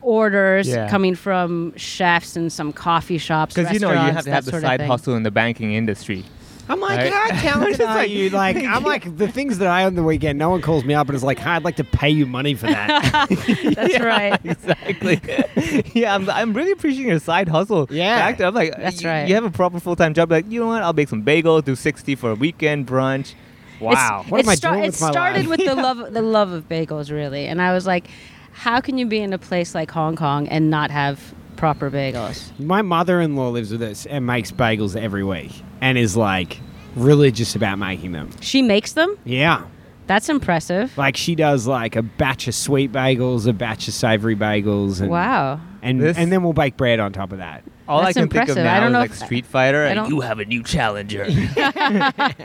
[SPEAKER 5] Orders
[SPEAKER 4] Yeah.
[SPEAKER 5] coming from chefs and some coffee shops,
[SPEAKER 4] Because you know you
[SPEAKER 5] restaurants,
[SPEAKER 4] have to
[SPEAKER 5] that
[SPEAKER 4] have the
[SPEAKER 5] sort of
[SPEAKER 4] side
[SPEAKER 5] thing.
[SPEAKER 4] hustle in the banking industry.
[SPEAKER 3] I'm like,
[SPEAKER 4] Right?
[SPEAKER 3] how talented are you? Like, I'm like the things that I on the weekend. No one calls me up and is like, "Hi, I'd like to pay you money for that."
[SPEAKER 5] That's right.
[SPEAKER 4] exactly. yeah, I'm, I'm really appreciating your side hustle.
[SPEAKER 3] Yeah.
[SPEAKER 4] factor. I'm like,
[SPEAKER 5] That's
[SPEAKER 4] you-
[SPEAKER 5] right.
[SPEAKER 4] You have a proper full time job. Like, you know what? I'll bake some bagels, do 60 for a weekend brunch. Wow.
[SPEAKER 5] It's,
[SPEAKER 3] What
[SPEAKER 5] it
[SPEAKER 3] am I
[SPEAKER 5] star-
[SPEAKER 3] doing
[SPEAKER 5] it
[SPEAKER 3] with my
[SPEAKER 5] started
[SPEAKER 3] life?
[SPEAKER 5] with the love the love of bagels really, and I was like, how can you be in a place like Hong Kong and not have proper bagels?
[SPEAKER 3] My mother-in-law lives with us and makes bagels every week, and is like, religious about making them.
[SPEAKER 5] She makes them?
[SPEAKER 3] Yeah.
[SPEAKER 5] That's impressive.
[SPEAKER 3] Like she does like a batch of sweet bagels, a batch of savory bagels and
[SPEAKER 5] Wow.
[SPEAKER 3] and,
[SPEAKER 4] This-
[SPEAKER 3] and then we'll bake bread on top of that.
[SPEAKER 4] All
[SPEAKER 5] That's
[SPEAKER 4] I can think
[SPEAKER 5] impressive.
[SPEAKER 4] of
[SPEAKER 5] I
[SPEAKER 4] now
[SPEAKER 5] don't
[SPEAKER 4] is
[SPEAKER 5] know
[SPEAKER 4] like
[SPEAKER 5] if-
[SPEAKER 4] Street Fighter.
[SPEAKER 5] I
[SPEAKER 4] and
[SPEAKER 5] don't-
[SPEAKER 4] you have a new challenger. you have like the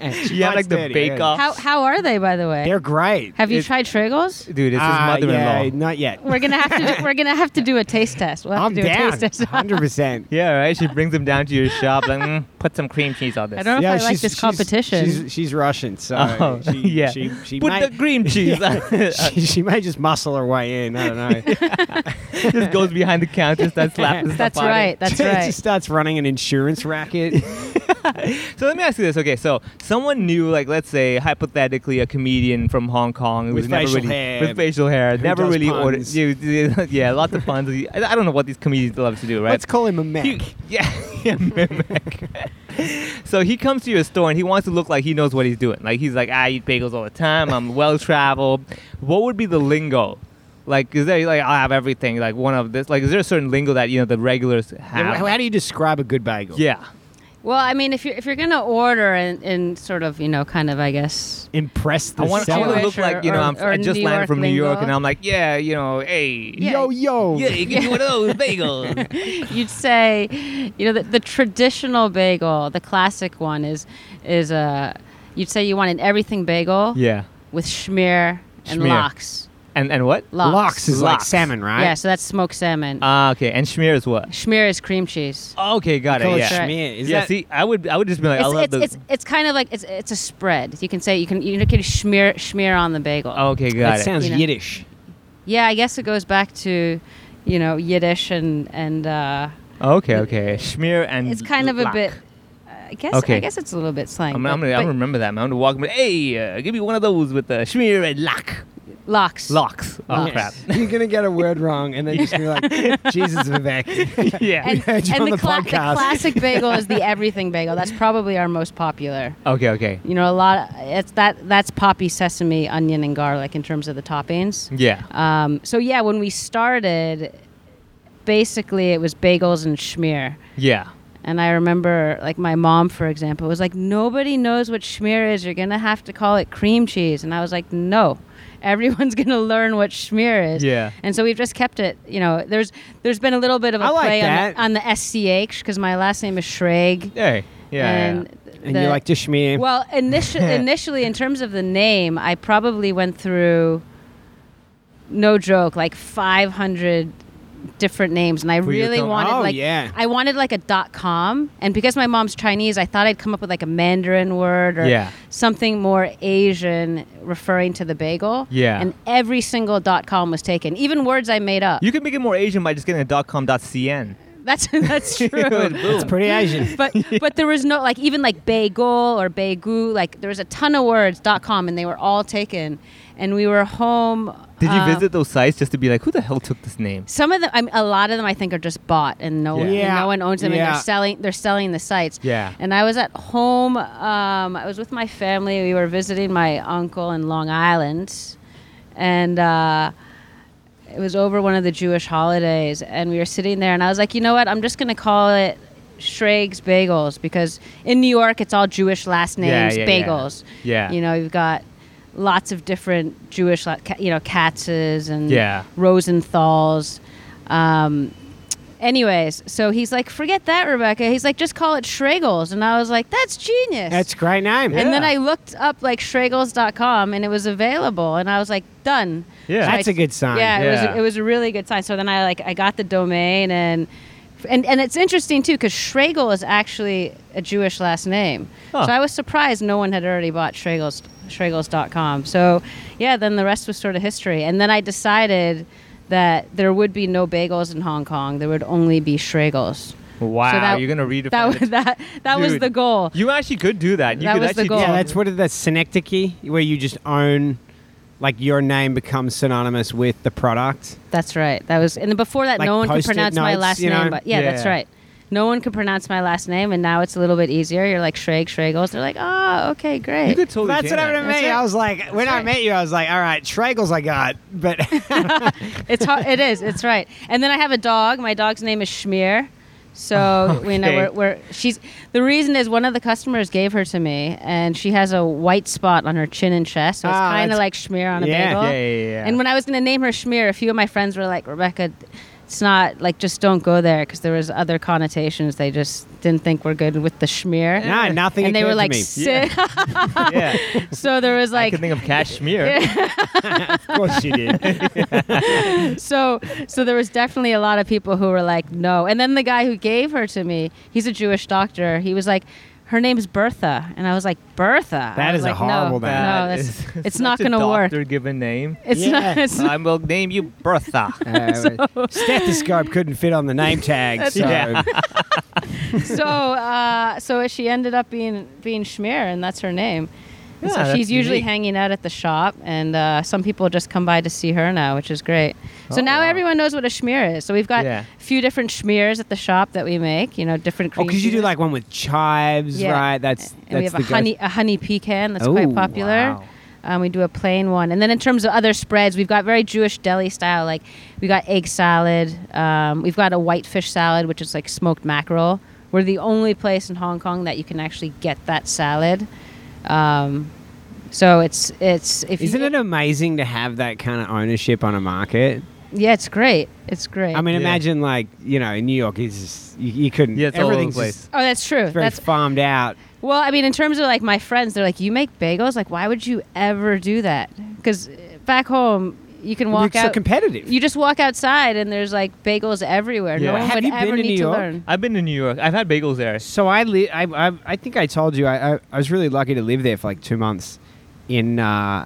[SPEAKER 3] 5:30,
[SPEAKER 4] Bake
[SPEAKER 3] yeah.
[SPEAKER 4] Off.
[SPEAKER 5] How, how are they, by the way?
[SPEAKER 3] They're great.
[SPEAKER 5] Have you
[SPEAKER 4] it-
[SPEAKER 5] tried Tragos?
[SPEAKER 4] Dude, it's his
[SPEAKER 5] Ah,
[SPEAKER 3] Uh,
[SPEAKER 4] mother-in-law.
[SPEAKER 3] Yeah, not yet.
[SPEAKER 5] We're gonna have to. Do, we're gonna have to do a taste test. We'll have
[SPEAKER 3] I'm
[SPEAKER 5] to do
[SPEAKER 3] down.
[SPEAKER 5] a taste test.
[SPEAKER 3] Hundred percent.
[SPEAKER 4] Yeah, right. She brings them down to your shop. Like, mm, put some cream cheese on this.
[SPEAKER 5] I don't know
[SPEAKER 3] Yeah,
[SPEAKER 5] if I like
[SPEAKER 3] she's-
[SPEAKER 5] this
[SPEAKER 3] she's-
[SPEAKER 5] competition.
[SPEAKER 3] She's, she's Russian, so
[SPEAKER 4] Oh,
[SPEAKER 3] she,
[SPEAKER 4] yeah.
[SPEAKER 3] she, she
[SPEAKER 4] put
[SPEAKER 3] may,
[SPEAKER 4] the cream cheese.
[SPEAKER 3] she, she may just muscle her way in. I don't know.
[SPEAKER 4] just goes behind the counter, starts slapping. stuff
[SPEAKER 5] That's
[SPEAKER 4] on it.
[SPEAKER 5] right. That's
[SPEAKER 3] She
[SPEAKER 5] right.
[SPEAKER 3] just starts running an insurance racket.
[SPEAKER 4] So let me ask you this. Okay, so someone new, like let's say hypothetically, a comedian from Hong Kong who
[SPEAKER 3] With
[SPEAKER 4] was never
[SPEAKER 3] facial
[SPEAKER 4] really
[SPEAKER 3] hair.
[SPEAKER 4] with facial hair,
[SPEAKER 3] Who
[SPEAKER 4] never
[SPEAKER 3] does
[SPEAKER 4] really
[SPEAKER 3] puns.
[SPEAKER 4] ordered. Yeah, yeah, lots of puns. I I don't know what these comedians love to do, right?
[SPEAKER 3] Let's call him a mech.
[SPEAKER 4] Yeah, yeah, mimic. so he comes to your store and he wants to look like he knows what he's doing. Like he's like, I eat bagels all the time. I'm well traveled. What would be the lingo? Like, is there like I have everything? Like one of this. Like, is there a certain lingo that you know the regulars
[SPEAKER 3] Yeah,
[SPEAKER 4] have?
[SPEAKER 3] wh- How do you describe a good bagel?
[SPEAKER 4] yeah.
[SPEAKER 5] well, I mean, if you're if you're gonna order and, and sort of you know kind of I guess
[SPEAKER 3] Impress the
[SPEAKER 4] I want, I
[SPEAKER 3] seller.
[SPEAKER 4] want to look
[SPEAKER 5] Or-
[SPEAKER 4] like you know I'm,
[SPEAKER 5] or
[SPEAKER 4] I just
[SPEAKER 5] New
[SPEAKER 4] landed
[SPEAKER 5] York
[SPEAKER 4] from New York
[SPEAKER 5] lingo.
[SPEAKER 4] and I'm like yeah you know hey
[SPEAKER 5] Yeah.
[SPEAKER 3] Yo, yo.
[SPEAKER 4] yeah you can do one of those bagels
[SPEAKER 5] you'd say you know the, the traditional bagel, the classic one is is uh, you'd say you want an everything bagel
[SPEAKER 4] yeah
[SPEAKER 5] with schmear and
[SPEAKER 4] Schmear.
[SPEAKER 5] lox.
[SPEAKER 4] and and what
[SPEAKER 5] Lox.
[SPEAKER 3] Lox is like
[SPEAKER 4] Lox.
[SPEAKER 3] salmon, right?
[SPEAKER 5] Yeah, so that's smoked salmon.
[SPEAKER 4] ah okay and schmear is what
[SPEAKER 5] schmear is cream cheese.
[SPEAKER 4] okay got
[SPEAKER 3] Call
[SPEAKER 4] it
[SPEAKER 3] it
[SPEAKER 4] yeah
[SPEAKER 3] schmear. Is
[SPEAKER 4] yeah
[SPEAKER 3] that-
[SPEAKER 4] see I would I would just be like I
[SPEAKER 5] It's,
[SPEAKER 4] love
[SPEAKER 5] it's,
[SPEAKER 4] the
[SPEAKER 5] it's, it's kind of like it's it's a spread. You can say you can you can schmear schmear on the bagel.
[SPEAKER 4] okay got
[SPEAKER 3] That
[SPEAKER 4] it
[SPEAKER 3] sounds
[SPEAKER 5] You know.
[SPEAKER 3] Yiddish.
[SPEAKER 5] Yeah, I guess it goes back to, you know, Yiddish and and uh,
[SPEAKER 4] Okay, okay. Schmear and
[SPEAKER 5] it's kind of a
[SPEAKER 4] lack.
[SPEAKER 5] bit. uh, I guess
[SPEAKER 4] Mm, Okay.
[SPEAKER 5] I guess it's a little bit slang.
[SPEAKER 4] I'm,
[SPEAKER 5] but-
[SPEAKER 4] I'm, gonna, I'm
[SPEAKER 5] but
[SPEAKER 4] gonna remember that. man. I'm gonna walk. up and, Hey, uh, give me one of those with the schmear and lock,
[SPEAKER 5] locks.
[SPEAKER 4] locks. Oh
[SPEAKER 5] Locks.
[SPEAKER 4] crap.
[SPEAKER 3] You're gonna get a word wrong, and then just be like, "Jesus, Vivek."
[SPEAKER 4] yeah.
[SPEAKER 5] And,
[SPEAKER 3] heard you
[SPEAKER 5] and
[SPEAKER 3] on the
[SPEAKER 5] the, cla- the
[SPEAKER 3] podcast.
[SPEAKER 5] classic bagel is the everything bagel. That's probably our most popular.
[SPEAKER 4] okay, okay.
[SPEAKER 5] You know, a lot. It's that that's poppy, sesame, onion, and garlic in terms of the toppings.
[SPEAKER 4] Yeah.
[SPEAKER 5] Um, so yeah, when we started, basically it was bagels and schmear.
[SPEAKER 4] Yeah.
[SPEAKER 5] And I remember, like, my mom, for example, was like, nobody knows what schmear is. You're going to have to call it cream cheese. And I was like, no. Everyone's going to learn what schmear is.
[SPEAKER 4] Yeah.
[SPEAKER 5] And so we've just kept it, you know, there's there's been a little bit of a
[SPEAKER 3] I like
[SPEAKER 5] play
[SPEAKER 3] that.
[SPEAKER 5] on, the, on the SCH because my last name is Schrag.
[SPEAKER 4] Hey. Yeah.
[SPEAKER 5] and
[SPEAKER 3] And
[SPEAKER 5] the-
[SPEAKER 3] you like to schmear.
[SPEAKER 5] Well, initially, initially, in terms of the name, I probably went through, no joke, like 500 different names, and I
[SPEAKER 4] For your
[SPEAKER 5] really
[SPEAKER 4] com-
[SPEAKER 5] wanted
[SPEAKER 3] Oh,
[SPEAKER 5] like
[SPEAKER 3] yeah.
[SPEAKER 5] I wanted like a dot com, and because my mom's Chinese, I thought I'd come up with like a Mandarin word or
[SPEAKER 4] Yeah.
[SPEAKER 5] something more Asian referring to the bagel.
[SPEAKER 4] Yeah.
[SPEAKER 5] and every single dot com was taken, even words I made up.
[SPEAKER 4] you can make it more Asian by just getting a .com .cn.
[SPEAKER 5] that's that's true.
[SPEAKER 3] it's pretty Asian.
[SPEAKER 5] but but there was no like even like bagel or bagoo like there was a ton of words dot com and they were all taken and we were home
[SPEAKER 4] Did you
[SPEAKER 5] uh,
[SPEAKER 4] visit those sites just to be like, who the hell took this name?
[SPEAKER 5] some of them I mean, a lot of them i think are just bought and no, one,
[SPEAKER 3] Yeah.
[SPEAKER 5] no one owns them and
[SPEAKER 3] Yeah.
[SPEAKER 5] they're selling they're selling the sites
[SPEAKER 4] Yeah.
[SPEAKER 5] and i was at home um, i was with my family we were visiting my uncle in long island and uh, it was over one of the Jewish holidays, and we were sitting there, and I was like, you know what? I'm just gonna call it Schrag's Bagels because in New York, it's all Jewish last
[SPEAKER 4] Yeah,
[SPEAKER 5] names,
[SPEAKER 4] yeah, yeah.
[SPEAKER 5] bagels.
[SPEAKER 4] Yeah.
[SPEAKER 5] you know, you've got lots of different Jewish, la- ca- you know, Katz's and
[SPEAKER 4] Yeah.
[SPEAKER 5] Rosenthal's. Um, anyways, so he's like, forget that, Rebecca. He's like, just call it Schragels, and I was like, that's genius.
[SPEAKER 3] That's a great name.
[SPEAKER 5] And then
[SPEAKER 4] Yeah.
[SPEAKER 5] I looked up like Schragels.com and it was available and I was like, done.
[SPEAKER 4] Yeah.
[SPEAKER 5] So
[SPEAKER 3] That's
[SPEAKER 5] I-
[SPEAKER 3] a good sign.
[SPEAKER 5] Yeah, it was
[SPEAKER 4] Yeah.
[SPEAKER 5] a, it was a really good sign. So then I like I got the domain and and and it's interesting too cuz Schragel is actually a Jewish last name.
[SPEAKER 4] Huh.
[SPEAKER 5] So I was surprised no one had already bought Schragels Schragels.com. So yeah, then the rest was sort of history. And then I decided that there would be no bagels in Hong Kong. There would only be Schragels.
[SPEAKER 4] Wow,
[SPEAKER 5] So that-
[SPEAKER 4] you're gonna redefine
[SPEAKER 5] That
[SPEAKER 4] the-
[SPEAKER 5] was that that was
[SPEAKER 4] Dude,
[SPEAKER 5] the goal.
[SPEAKER 4] You actually could do that. You
[SPEAKER 5] That
[SPEAKER 4] could
[SPEAKER 5] was the
[SPEAKER 4] actually
[SPEAKER 5] goal.
[SPEAKER 4] do-
[SPEAKER 3] Yeah, that's what that's synecdoche, where you just own, like your name becomes synonymous with the product.
[SPEAKER 5] That's right. That was and before that,
[SPEAKER 3] Like
[SPEAKER 5] no one could
[SPEAKER 3] Post-it
[SPEAKER 5] pronounce my
[SPEAKER 3] notes,
[SPEAKER 5] last
[SPEAKER 3] you know?
[SPEAKER 5] name. But yeah, that's
[SPEAKER 4] Yeah.
[SPEAKER 5] right. No one could pronounce my last name, and now it's a little bit easier. You're like Shreg, Shregels. They're like, oh, okay, great.
[SPEAKER 4] You could totally
[SPEAKER 3] That's
[SPEAKER 4] change
[SPEAKER 3] what
[SPEAKER 4] that.
[SPEAKER 3] happened to me.
[SPEAKER 5] right.
[SPEAKER 3] I was like, when I
[SPEAKER 5] right.
[SPEAKER 3] met you, I was like, all right, Schregel's I got, but
[SPEAKER 5] It's hard. it is. It's right. And then I have a dog. My dog's name is Schmear. So you know,
[SPEAKER 4] Oh, Okay.
[SPEAKER 5] we're, we're she's the reason is one of the customers gave her to me, and she has a white spot on her chin and chest, so it's
[SPEAKER 3] Ah,
[SPEAKER 5] kind of
[SPEAKER 3] that's-
[SPEAKER 5] like schmear on a
[SPEAKER 3] Yeah.
[SPEAKER 5] bagel.
[SPEAKER 4] Yeah, yeah, yeah.
[SPEAKER 5] And when I was going to name her schmear, a few of my friends were like, Rebecca, it's not like just don't go there because there was other connotations. They just didn't think we're good with the schmear.
[SPEAKER 3] Nah, nothing
[SPEAKER 5] And they
[SPEAKER 3] occurred
[SPEAKER 5] were
[SPEAKER 3] to
[SPEAKER 5] like,
[SPEAKER 3] me.
[SPEAKER 5] "Sit."
[SPEAKER 4] yeah.
[SPEAKER 5] so there was
[SPEAKER 4] I
[SPEAKER 5] like
[SPEAKER 4] can think of cashmere.
[SPEAKER 3] Of course you did.
[SPEAKER 5] so so there was definitely a lot of people who were like no and then the guy who gave her to me he's a jewish doctor he was like her name's bertha and i was like bertha
[SPEAKER 3] That
[SPEAKER 5] I was
[SPEAKER 3] is a
[SPEAKER 5] like,
[SPEAKER 3] horrible
[SPEAKER 5] no,
[SPEAKER 3] name.
[SPEAKER 4] That
[SPEAKER 5] no that's,
[SPEAKER 4] is-
[SPEAKER 5] it's,
[SPEAKER 4] such
[SPEAKER 5] not
[SPEAKER 4] a
[SPEAKER 5] gonna work
[SPEAKER 4] Doctor-given name. Uh,
[SPEAKER 5] it's
[SPEAKER 3] Yeah.
[SPEAKER 5] not it's
[SPEAKER 4] I will name you Bertha.
[SPEAKER 3] Uh, stethoscope couldn't fit on the name tag, so
[SPEAKER 4] right.
[SPEAKER 5] so uh, so she ended up being being Schmear, and that's her name. And
[SPEAKER 4] Yeah,
[SPEAKER 5] so she's
[SPEAKER 4] that's
[SPEAKER 5] usually
[SPEAKER 4] unique.
[SPEAKER 5] hanging out at the shop, and uh, some people just come by to see her now, which is great. So
[SPEAKER 3] Oh,
[SPEAKER 5] now everyone knows what a schmear is. So we've got
[SPEAKER 4] Yeah.
[SPEAKER 5] a few different schmears at the shop that we make. You know,
[SPEAKER 3] Oh,
[SPEAKER 5] different. Cream
[SPEAKER 3] because you do
[SPEAKER 5] cheeses.
[SPEAKER 3] like one with chives,
[SPEAKER 5] Yeah.
[SPEAKER 3] right? That's
[SPEAKER 5] and
[SPEAKER 3] that's
[SPEAKER 5] we have
[SPEAKER 3] the
[SPEAKER 5] a
[SPEAKER 3] go-
[SPEAKER 5] honey a honey pecan that's
[SPEAKER 3] Oh,
[SPEAKER 5] quite popular.
[SPEAKER 4] wow.
[SPEAKER 5] Um, we do a plain one, and then in terms of other spreads, we've got very Jewish deli style. Like we got egg salad, um, we've got a white fish salad, which is like smoked mackerel. We're the only place in Hong Kong that you can actually get that salad. Um, so it's it's if
[SPEAKER 3] Isn't
[SPEAKER 5] you,
[SPEAKER 3] it amazing to have that kind of ownership on a market?
[SPEAKER 5] yeah, it's great. It's great.
[SPEAKER 3] I mean,
[SPEAKER 4] Yeah.
[SPEAKER 3] imagine like you know, in New York is just, you, you couldn't.
[SPEAKER 4] Yeah, it's all over the
[SPEAKER 3] everything's
[SPEAKER 4] place.
[SPEAKER 3] just-
[SPEAKER 5] oh, that's true.
[SPEAKER 3] it's very
[SPEAKER 5] That's
[SPEAKER 3] farmed out.
[SPEAKER 5] Well, I mean, in terms of like my friends, they're like, "You make bagels? Like, why would you ever do that?" Because back home, you can walk
[SPEAKER 3] it's so
[SPEAKER 5] out.
[SPEAKER 3] competitive.
[SPEAKER 5] You just walk outside, and there's like bagels everywhere.
[SPEAKER 4] Yeah.
[SPEAKER 5] No one
[SPEAKER 4] Have
[SPEAKER 5] would
[SPEAKER 3] you been
[SPEAKER 5] ever
[SPEAKER 3] to
[SPEAKER 5] need
[SPEAKER 3] New
[SPEAKER 5] to
[SPEAKER 3] York?
[SPEAKER 5] learn.
[SPEAKER 4] I've been to New York. I've had bagels there.
[SPEAKER 3] So I, li- I, I, I think I told you I, I, I was really lucky to live there for like two months in uh,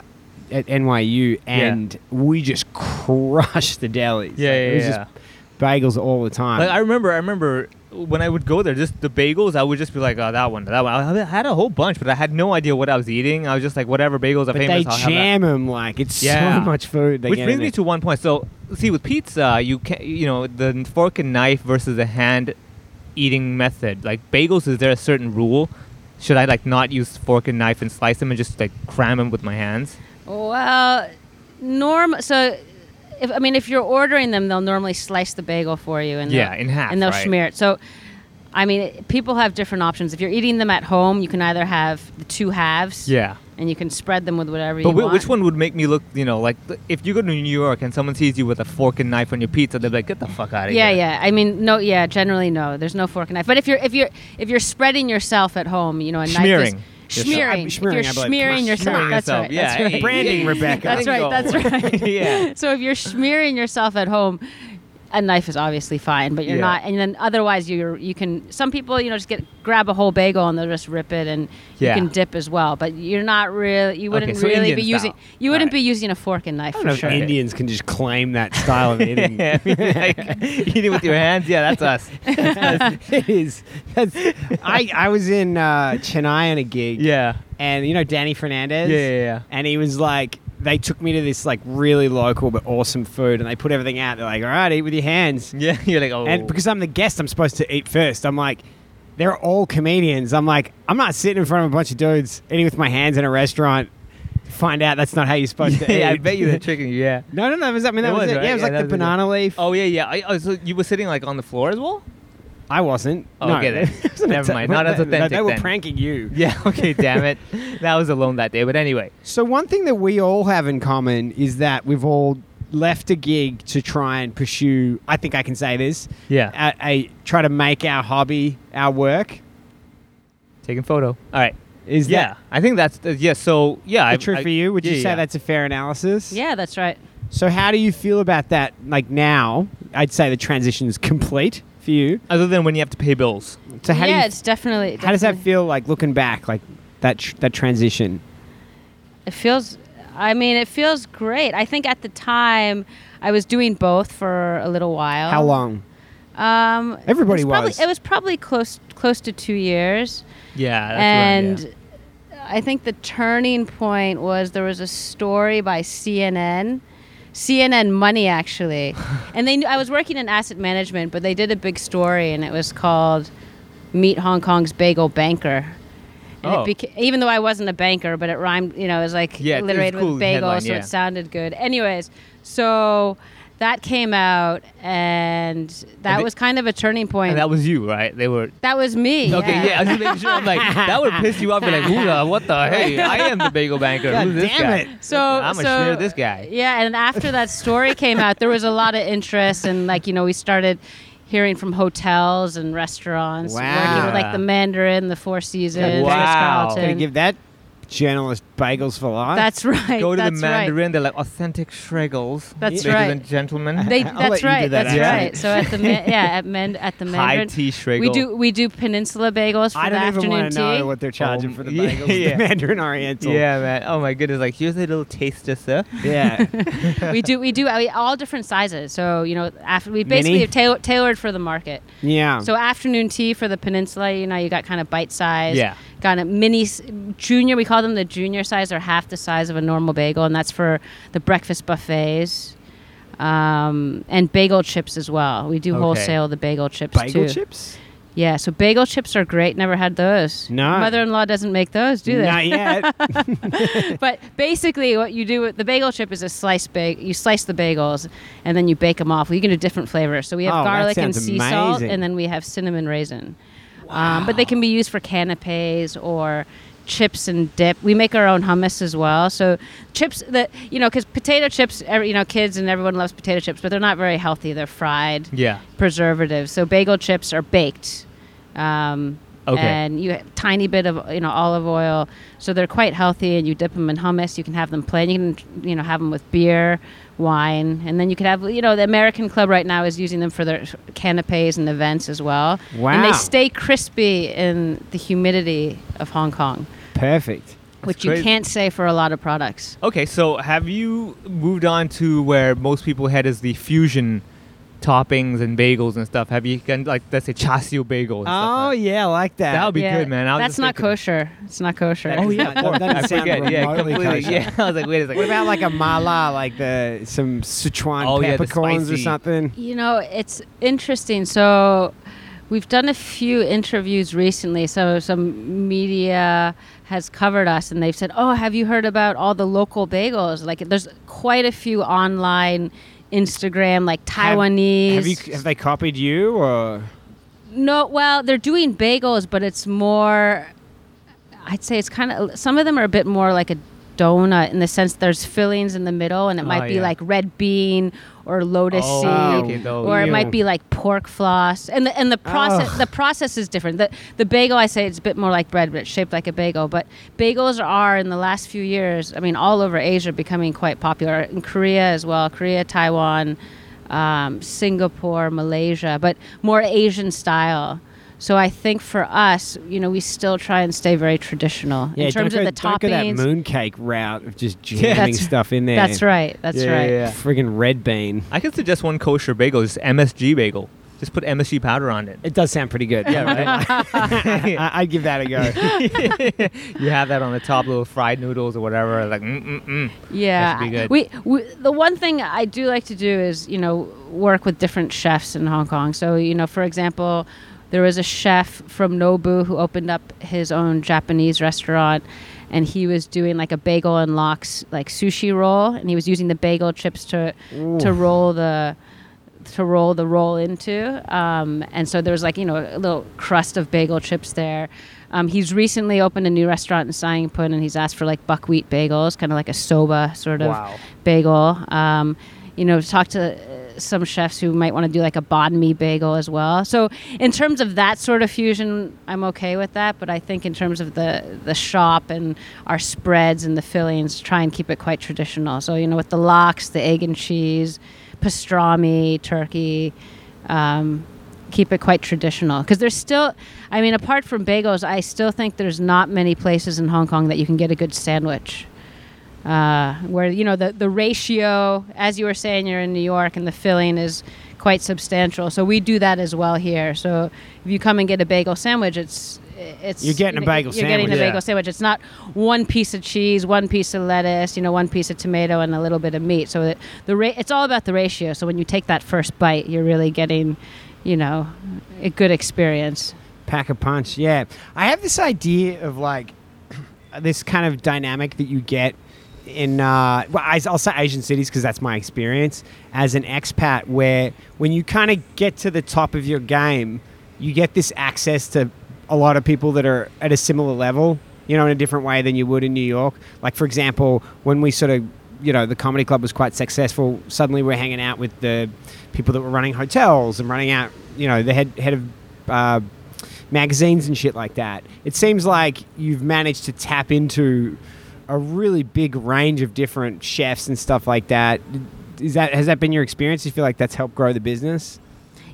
[SPEAKER 3] at NYU, and we just crushed the delis.
[SPEAKER 4] Yeah,
[SPEAKER 3] Like, it
[SPEAKER 4] yeah,
[SPEAKER 3] was
[SPEAKER 4] yeah.
[SPEAKER 3] just bagels all the time.
[SPEAKER 4] Like I remember, I remember when I would go there, just the bagels, I would just be like, oh, that one, that one. I had a whole bunch, but I had no idea what I was eating. I was just like, whatever bagels are
[SPEAKER 3] but
[SPEAKER 4] famous,
[SPEAKER 3] they
[SPEAKER 4] I'll have that.
[SPEAKER 3] jam them like it's so
[SPEAKER 4] Yeah.
[SPEAKER 3] much food. They
[SPEAKER 4] Which
[SPEAKER 3] get
[SPEAKER 4] brings
[SPEAKER 3] in
[SPEAKER 4] me
[SPEAKER 3] there.
[SPEAKER 4] to one point. So, see, with pizza, you can you know the fork and knife versus a hand eating method. Like bagels, is there a certain rule? Should I like not use fork and knife and slice them and just like cram them with my hands?
[SPEAKER 5] Well, norm. So, if I mean, if you're ordering them, they'll normally slice the bagel for you, and
[SPEAKER 4] Yeah,
[SPEAKER 5] they'll-
[SPEAKER 4] in half,
[SPEAKER 5] and they'll
[SPEAKER 4] right.
[SPEAKER 5] smear it. So, I mean, people have different options. If you're eating them at home, you can either have the two halves,
[SPEAKER 4] Yeah.
[SPEAKER 5] and you can spread them with whatever
[SPEAKER 4] But
[SPEAKER 5] you
[SPEAKER 4] whi-
[SPEAKER 5] want.
[SPEAKER 4] which one would make me look, you know, like th- if you go to New York and someone sees you with a fork and knife on your pizza, they're like, "Get the fuck out of
[SPEAKER 5] yeah,
[SPEAKER 4] here!"
[SPEAKER 5] yeah. I mean, no, yeah. Generally, no. There's no fork and knife. But if you're if you're if you're spreading yourself at home, you know, a
[SPEAKER 4] Smearing.
[SPEAKER 5] knife is
[SPEAKER 4] Yes.
[SPEAKER 5] smearing.
[SPEAKER 3] I'm
[SPEAKER 5] If
[SPEAKER 3] smearing,
[SPEAKER 5] you're
[SPEAKER 3] I believe.
[SPEAKER 5] smearing yourself.
[SPEAKER 4] Smearing
[SPEAKER 5] that's
[SPEAKER 4] yourself,
[SPEAKER 5] right.
[SPEAKER 4] yeah.
[SPEAKER 5] That's right.
[SPEAKER 3] Branding, Rebecca.
[SPEAKER 5] That's right. That's right.
[SPEAKER 4] yeah.
[SPEAKER 5] So if you're smearing yourself at home, a knife is obviously fine, but you're
[SPEAKER 4] Yeah.
[SPEAKER 5] not. And then otherwise, you you can. Some people, you know, just get grab a whole bagel and they'll just rip it, and
[SPEAKER 4] Yeah.
[SPEAKER 5] you can dip as well. But you're not really. You wouldn't
[SPEAKER 4] Okay, so
[SPEAKER 5] really
[SPEAKER 4] Indian
[SPEAKER 5] be
[SPEAKER 4] style.
[SPEAKER 5] using. You wouldn't
[SPEAKER 4] Right.
[SPEAKER 5] be using a fork and knife
[SPEAKER 3] I don't
[SPEAKER 5] for
[SPEAKER 3] know
[SPEAKER 5] sure.
[SPEAKER 3] if Indians can just claim that style of eating.
[SPEAKER 4] Yeah, I mean, like, eating with your hands, yeah, that's us.
[SPEAKER 3] it is. That's, I, I was in uh, Chennai on a gig.
[SPEAKER 4] Yeah.
[SPEAKER 3] and you know Danny Fernandez.
[SPEAKER 4] Yeah, yeah, yeah.
[SPEAKER 3] And he was like, they took me to this like really local but awesome food, and they put everything out. They're like, all right, eat with your hands.
[SPEAKER 4] Yeah, you're like, oh.
[SPEAKER 3] And because I'm the guest, I'm supposed to eat first. I'm like, they're all comedians. I'm like, I'm not sitting in front of a bunch of dudes eating with my hands in a restaurant. to Find out that's not how you're supposed to eat.
[SPEAKER 4] yeah, I bet you they're tricking you. Yeah.
[SPEAKER 3] No, no, no. it Was, I mean, that
[SPEAKER 4] It
[SPEAKER 3] was,
[SPEAKER 4] was,
[SPEAKER 3] it.
[SPEAKER 4] right?
[SPEAKER 3] Yeah, it was
[SPEAKER 4] Yeah,
[SPEAKER 3] like
[SPEAKER 4] that
[SPEAKER 3] the
[SPEAKER 4] was it.
[SPEAKER 3] banana leaf.
[SPEAKER 4] Oh yeah, yeah. I, oh, so you were sitting like on the floor as well?
[SPEAKER 3] I wasn't.
[SPEAKER 4] Oh,
[SPEAKER 3] no,
[SPEAKER 4] okay then.
[SPEAKER 3] it wasn't
[SPEAKER 4] Never
[SPEAKER 3] authentic.
[SPEAKER 4] mind. Not as
[SPEAKER 3] They- They,
[SPEAKER 4] authentic
[SPEAKER 3] were
[SPEAKER 4] then.
[SPEAKER 3] pranking you.
[SPEAKER 4] Yeah. Okay. damn it, that was alone that day. But anyway.
[SPEAKER 3] So one thing that we all have in common is that we've all left a gig to try and pursue. I think I can say this.
[SPEAKER 4] Yeah.
[SPEAKER 3] A, a- try to make our hobby our work.
[SPEAKER 4] Taking photo. All right.
[SPEAKER 3] Is
[SPEAKER 4] yeah. I think that's the, yeah. So yeah. I-
[SPEAKER 3] that true
[SPEAKER 4] I-
[SPEAKER 3] for you? Would you
[SPEAKER 4] yeah,
[SPEAKER 3] say
[SPEAKER 4] yeah.
[SPEAKER 3] that's a fair analysis?
[SPEAKER 5] Yeah, that's right.
[SPEAKER 3] So how do you feel about that? Like now, I'd say the transition is complete for you.
[SPEAKER 4] Other than when you have to pay bills.
[SPEAKER 3] So how
[SPEAKER 5] yeah,
[SPEAKER 3] do you,
[SPEAKER 5] it's definitely.
[SPEAKER 3] how does that
[SPEAKER 5] definitely-
[SPEAKER 3] feel? Like looking back, like that tr- that transition.
[SPEAKER 5] It feels. I mean, it feels great. I think at the time, I was doing both for a little while.
[SPEAKER 3] How long?
[SPEAKER 5] Um,
[SPEAKER 3] Everybody
[SPEAKER 5] it probably-
[SPEAKER 3] was.
[SPEAKER 5] it was probably close close to two years,
[SPEAKER 4] Yeah. That's
[SPEAKER 5] and
[SPEAKER 4] right,
[SPEAKER 5] I think the turning point was there was a story by CNN. CNN Money actually, and they knew I was working in asset management, but they did a big story, and it was called "Meet Hong Kong's Bagel Banker." And
[SPEAKER 4] Oh.
[SPEAKER 5] it beca- even though I wasn't a banker, but it rhymed. You know, it was like
[SPEAKER 4] Yeah, it was
[SPEAKER 5] alliterated
[SPEAKER 4] cool
[SPEAKER 5] with bagel,
[SPEAKER 4] headline,
[SPEAKER 5] so
[SPEAKER 4] yeah.
[SPEAKER 5] it sounded good. Anyways, so that came out, and that
[SPEAKER 4] And they-
[SPEAKER 5] was kind of a turning point.
[SPEAKER 4] And that was you, right? They were.
[SPEAKER 5] That was me.
[SPEAKER 4] Okay, yeah. I was just making sure. I'm like, that would piss you off. Be like, Hoorah, what the? Hey, I am the bagel banker.
[SPEAKER 3] God
[SPEAKER 4] Who's this
[SPEAKER 3] damn
[SPEAKER 4] guy?
[SPEAKER 3] it.
[SPEAKER 5] So
[SPEAKER 4] I'm
[SPEAKER 5] so,
[SPEAKER 4] gonna smear this guy.
[SPEAKER 5] Yeah, and after that story came out, there was a lot of interest, and like you know, we started hearing from hotels and restaurants, working with
[SPEAKER 4] Wow.
[SPEAKER 5] like the Mandarin, the Four Seasons,
[SPEAKER 4] Wow.
[SPEAKER 3] Gonna
[SPEAKER 5] Ritz-Carlton.
[SPEAKER 3] give that journalist bagels for life.
[SPEAKER 5] That's right.
[SPEAKER 4] Go to
[SPEAKER 5] that's
[SPEAKER 4] the
[SPEAKER 5] right.
[SPEAKER 4] Mandarin. They're like authentic shregels.
[SPEAKER 5] That's
[SPEAKER 4] ladies
[SPEAKER 5] right.
[SPEAKER 4] and gentlemen.
[SPEAKER 5] They,
[SPEAKER 3] I'll let you
[SPEAKER 5] that's
[SPEAKER 3] do
[SPEAKER 5] right.
[SPEAKER 3] that,
[SPEAKER 5] that's
[SPEAKER 4] actually.
[SPEAKER 5] right. So at the ma- yeah at men at the
[SPEAKER 4] High
[SPEAKER 5] Mandarin,
[SPEAKER 4] tea shregel.
[SPEAKER 5] we do we do peninsula bagels for
[SPEAKER 3] I
[SPEAKER 5] the
[SPEAKER 3] don't even
[SPEAKER 5] afternoon
[SPEAKER 3] want to know
[SPEAKER 5] tea.
[SPEAKER 3] what they're charging for the
[SPEAKER 4] Um, yeah,
[SPEAKER 3] bagels.
[SPEAKER 4] yeah.
[SPEAKER 3] The Mandarin Oriental.
[SPEAKER 4] Yeah, man. Oh my goodness. Like, here's a little taster, sir.
[SPEAKER 3] Yeah.
[SPEAKER 5] we do we do we, all different sizes. So you know after we basically
[SPEAKER 3] Mini?
[SPEAKER 5] have tail- tailored for the market.
[SPEAKER 4] Um,
[SPEAKER 3] yeah.
[SPEAKER 5] So afternoon tea for the peninsula, you know, you got kind of bite size.
[SPEAKER 4] Yeah.
[SPEAKER 5] Got a mini s- junior. We call them the junior size. They're half the size of a normal bagel, and that's for the breakfast buffets. Um, and bagel chips as well. We do
[SPEAKER 4] Okay.
[SPEAKER 5] wholesale the bagel chips
[SPEAKER 3] bagel
[SPEAKER 5] too.
[SPEAKER 3] chips?
[SPEAKER 5] Yeah, so bagel chips are great. Never had those.
[SPEAKER 3] No.
[SPEAKER 5] Mother-in-law doesn't make those, do they?
[SPEAKER 3] Not yet.
[SPEAKER 5] but basically what you do with the bagel chip is a slice bag you slice the bagels and then you bake them off you can do different flavors so we have
[SPEAKER 3] Oh, that
[SPEAKER 5] garlic and
[SPEAKER 3] sounds
[SPEAKER 5] sea salt
[SPEAKER 3] amazing.
[SPEAKER 5] and then we have cinnamon raisin um, but they can be used for canapes or chips and dip we make our own hummus as well so chips that you know because potato chips every, you know kids and everyone loves potato chips but they're not very healthy they're fried
[SPEAKER 4] Yeah.
[SPEAKER 5] preservatives so bagel chips are baked um,
[SPEAKER 4] Okay.
[SPEAKER 5] and you tiny bit of you know olive oil, so they're quite healthy. And you dip them in hummus. You can have them plain. You can you know have them with beer, wine, and then you could have you know the American Club right now is using them for their canapes and events as well. And
[SPEAKER 3] Wow.
[SPEAKER 5] they stay crispy in the humidity of Hong Kong,
[SPEAKER 3] Perfect.
[SPEAKER 5] which
[SPEAKER 4] crazy.
[SPEAKER 5] you can't say for a lot of products.
[SPEAKER 4] Okay, so have you moved on to where most people head is the fusion toppings and bagels and stuff? Have you done, like, let's say, chassis bagel? And stuff
[SPEAKER 3] Oh,
[SPEAKER 4] like
[SPEAKER 3] yeah, I like that.
[SPEAKER 4] That would be good, man. I was
[SPEAKER 5] That's
[SPEAKER 4] just
[SPEAKER 5] not
[SPEAKER 4] thinking-
[SPEAKER 5] kosher. It's not kosher.
[SPEAKER 3] Oh, yeah. That, that
[SPEAKER 4] I
[SPEAKER 3] doesn't sound
[SPEAKER 4] forget. Yeah,
[SPEAKER 3] remotely
[SPEAKER 4] completely.
[SPEAKER 3] kosher.
[SPEAKER 4] Yeah, I was like, wait a second.
[SPEAKER 3] What about like a mala, like the some Sichuan
[SPEAKER 4] Oh, yeah, the
[SPEAKER 3] peppercorns or
[SPEAKER 4] spicy.
[SPEAKER 3] something?
[SPEAKER 5] You know, it's interesting. So, we've done a few interviews recently. So, some media has covered us and they've said, Oh, have you heard about all the local bagels? Like, there's quite a few online. Instagram, like
[SPEAKER 3] Have-
[SPEAKER 5] Taiwanese.
[SPEAKER 3] Have, you, have they copied you or?
[SPEAKER 5] No, well, they're doing bagels, but it's more. I'd say it's kind of. Some of them are a bit more like a donut in the sense there's fillings in the middle, and it might
[SPEAKER 4] Oh,
[SPEAKER 5] be
[SPEAKER 4] yeah.
[SPEAKER 5] like red bean or lotus
[SPEAKER 4] Oh,
[SPEAKER 5] seed,
[SPEAKER 4] okay, those,
[SPEAKER 5] or it
[SPEAKER 3] yeah.
[SPEAKER 5] might be like pork floss, and the and the process
[SPEAKER 3] Ugh.
[SPEAKER 5] the process is different. The the bagel I say it's a bit more like bread, but it's shaped like a bagel. But bagels are in the last few years, I mean, all over Asia, becoming quite popular in Korea as well, Korea, Taiwan, um, Singapore, Malaysia, but more Asian style. So I think for us, you know, we still try and stay very traditional in terms
[SPEAKER 3] don't
[SPEAKER 5] of
[SPEAKER 3] go,
[SPEAKER 5] the
[SPEAKER 3] don't go that
[SPEAKER 5] toppings.
[SPEAKER 3] mooncake route of just jamming
[SPEAKER 5] That's-
[SPEAKER 3] stuff in there.
[SPEAKER 5] That's right. That's
[SPEAKER 4] Yeah,
[SPEAKER 5] right.
[SPEAKER 4] yeah, yeah.
[SPEAKER 3] Friggin' red bean.
[SPEAKER 4] I could suggest one kosher bagel, just MSG bagel. Just put MSG powder on it.
[SPEAKER 3] It does sound pretty good.
[SPEAKER 4] Yeah, right.
[SPEAKER 3] I, I'd give that a go.
[SPEAKER 4] you have that on the top, little fried noodles or whatever. Like, mm mm mm.
[SPEAKER 5] Yeah,
[SPEAKER 4] That should be good.
[SPEAKER 5] We, we the one thing I do like to do is you know work with different chefs in Hong Kong. So you know, for example, there was a chef from Nobu who opened up his own Japanese restaurant, and he was doing like a bagel and lox like sushi roll, and he was using the bagel chips to to roll the to roll the roll into. Um, and so there was like, you know, a little crust of bagel chips there. Um, he's recently opened a new restaurant in Sangpun and he's asked for like buckwheat bagels, kind of like a soba sort of
[SPEAKER 4] Wow.
[SPEAKER 5] bagel. Um, you know, talk to uh, some chefs who might want to do like a banh mi bagel as well. So in terms of that sort of fusion, I'm okay with that. But I think in terms of the the shop and our spreads and the fillings, try and keep it quite traditional. So you know, with the lox, the egg and cheese, pastrami, turkey. Um, keep it quite traditional because there's still i mean apart from bagels i still think there's not many places in hong kong that you can get a good sandwich uh, where you know the, the ratio as you were saying you're in new york and the filling is quite substantial so we do that as well here so if you come and get a bagel sandwich it's it's
[SPEAKER 3] You're getting a bagel
[SPEAKER 5] you're getting
[SPEAKER 3] sandwich.
[SPEAKER 5] a
[SPEAKER 4] Yeah.
[SPEAKER 5] bagel sandwich it's not one piece of cheese one piece of lettuce you know one piece of tomato and a little bit of meat so it, the ra- it's all about the ratio so when you take that first bite you're really getting you know a good experience
[SPEAKER 3] Pack a punch. Yeah. I have this idea of like this kind of dynamic that you get in uh, well, I- I'll say Asian cities because that's my experience as an expat, where when you kind of get to the top of your game, you get this access to a lot of people that are at a similar level, you know, in a different way than you would in New York. Like for example, when we sort of you know the comedy club was quite successful, suddenly we're hanging out with the people that were running hotels and running out, you know, the head head of. Uh, magazines and shit like that. It seems like you've managed to tap into a really big range of different chefs and stuff like that. Is that has that been your experience? Do you feel like that's helped grow the business?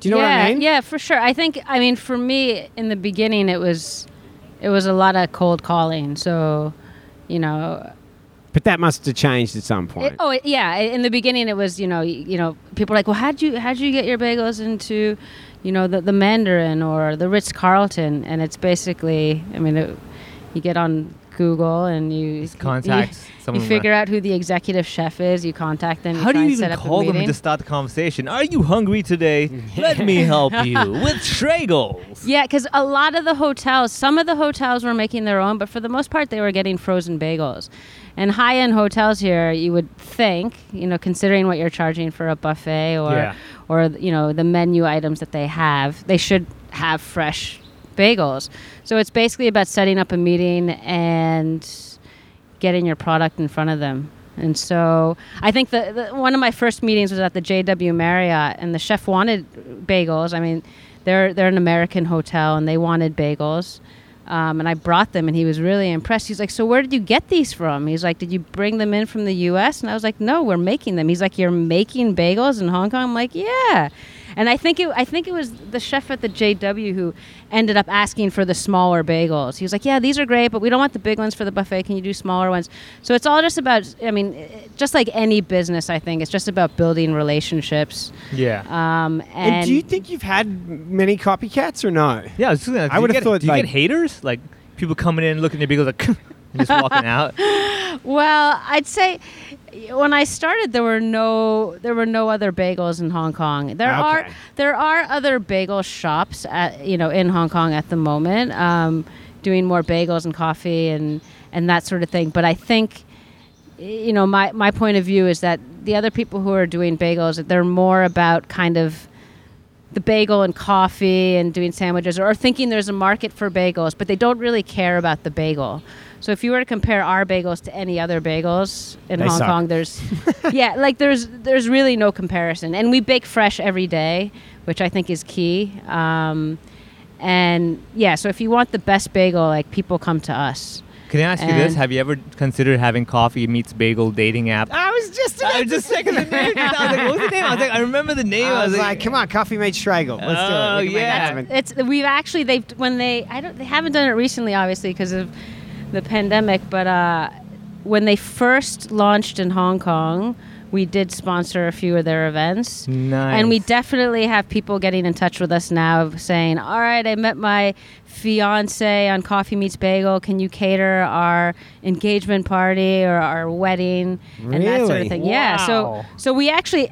[SPEAKER 3] Do you know
[SPEAKER 5] yeah,
[SPEAKER 3] what I mean?
[SPEAKER 5] Yeah, for sure. I think I mean for me in the beginning it was it was a lot of cold calling. So, you know,
[SPEAKER 3] But that must have changed at some point.
[SPEAKER 5] it, oh it- yeah, i- in the beginning it was, you know, y- you know, people were like, "Well, how'd you how'd you get your bagels into, you know, the the Mandarin or the Ritz-Carlton?" And it's basically, I mean, it, you get on Google and you you-
[SPEAKER 4] contacts
[SPEAKER 5] You,
[SPEAKER 4] someone with-
[SPEAKER 5] figure out who the executive chef is. You contact them.
[SPEAKER 4] How do
[SPEAKER 5] try
[SPEAKER 4] you
[SPEAKER 5] and
[SPEAKER 4] even
[SPEAKER 5] set up a
[SPEAKER 4] call them
[SPEAKER 5] meeting.
[SPEAKER 4] to start the conversation? Are you hungry today? Let me help you with Schregels.
[SPEAKER 5] Yeah, because a lot of the hotels, some of the hotels were making their own, but for the most part, they were getting frozen bagels. And high end hotels here, you would think, you know, considering what you're charging for a buffet or,
[SPEAKER 4] Yeah.
[SPEAKER 5] or you know, the menu items that they have, they should have fresh bagels. So it's basically about setting up a meeting and getting your product in front of them. And so I think the, the one of my first meetings was at the JW Marriott, and the chef wanted bagels. I mean, they're they're an American hotel, and they wanted bagels. Um, and I brought them, and he was really impressed. He's like, "So where did you get these from?" He's like, "Did you bring them in from the U.S.?" And I was like, "No, we're making them." He's like, "You're making bagels in Hong Kong?" I'm like, "Yeah." And I think it, I think it was the chef at the JW who ended up asking for the smaller bagels. He was like, "Yeah, these are great, but we don't want the big ones for the buffet. Can you do smaller ones?" So it's all just about. I mean, eh, just like any business, I think it's just about building relationships.
[SPEAKER 4] Yeah.
[SPEAKER 5] Um, and,
[SPEAKER 3] and, do you think you've had m- many copycats or no?
[SPEAKER 4] Yeah, I, was just gonna-
[SPEAKER 3] I
[SPEAKER 4] do you
[SPEAKER 3] would've
[SPEAKER 4] get-
[SPEAKER 3] thought,
[SPEAKER 4] Do you
[SPEAKER 3] like-
[SPEAKER 4] get haters? Like people coming in, looking at your bagels, like, and just walking out.
[SPEAKER 5] Well, I'd say when I started, there were no there were no other bagels in Hong Kong. There
[SPEAKER 3] Okay.
[SPEAKER 5] are there are other bagel shops at you know in Hong Kong at the moment, um, doing more bagels and coffee and and that sort of thing. But I think you know my my point of view is that the other people who are doing bagels, they're more about kind of the bagel and coffee and doing sandwiches or thinking there's a market for bagels, but they don't really care about the bagel. So if you were to compare our bagels to any other bagels in
[SPEAKER 3] They
[SPEAKER 5] Hong
[SPEAKER 3] suck.
[SPEAKER 5] Kong, there's yeah, like there's there's really no comparison. And we bake fresh every day, which I think is key. Um, and yeah, so if you want the best bagel, like people come to us.
[SPEAKER 4] Can I ask you this?
[SPEAKER 5] And-
[SPEAKER 4] Have you ever considered having coffee meets bagel dating app?
[SPEAKER 3] I was just.
[SPEAKER 4] Ah, I was just checking the name. I was like, what was the name? I was like, I remember the name.
[SPEAKER 3] I was like, come on, coffee made Schregel. Let's
[SPEAKER 4] Oh,
[SPEAKER 3] do it. We can make that
[SPEAKER 4] yeah.
[SPEAKER 3] happen.
[SPEAKER 5] It's we've actually they've when they I don't they haven't done it recently obviously because of the pandemic, but uh, when they first launched in Hong Kong, we did sponsor a few of their events.
[SPEAKER 4] Nice.
[SPEAKER 5] And we definitely have people getting in touch with us now saying, "All right, I met my fiance on Coffee Meets Bagel. Can you cater our engagement party or our wedding and that sort
[SPEAKER 3] Really?
[SPEAKER 5] of thing?" Yeah. So
[SPEAKER 4] Wow.
[SPEAKER 5] so we actually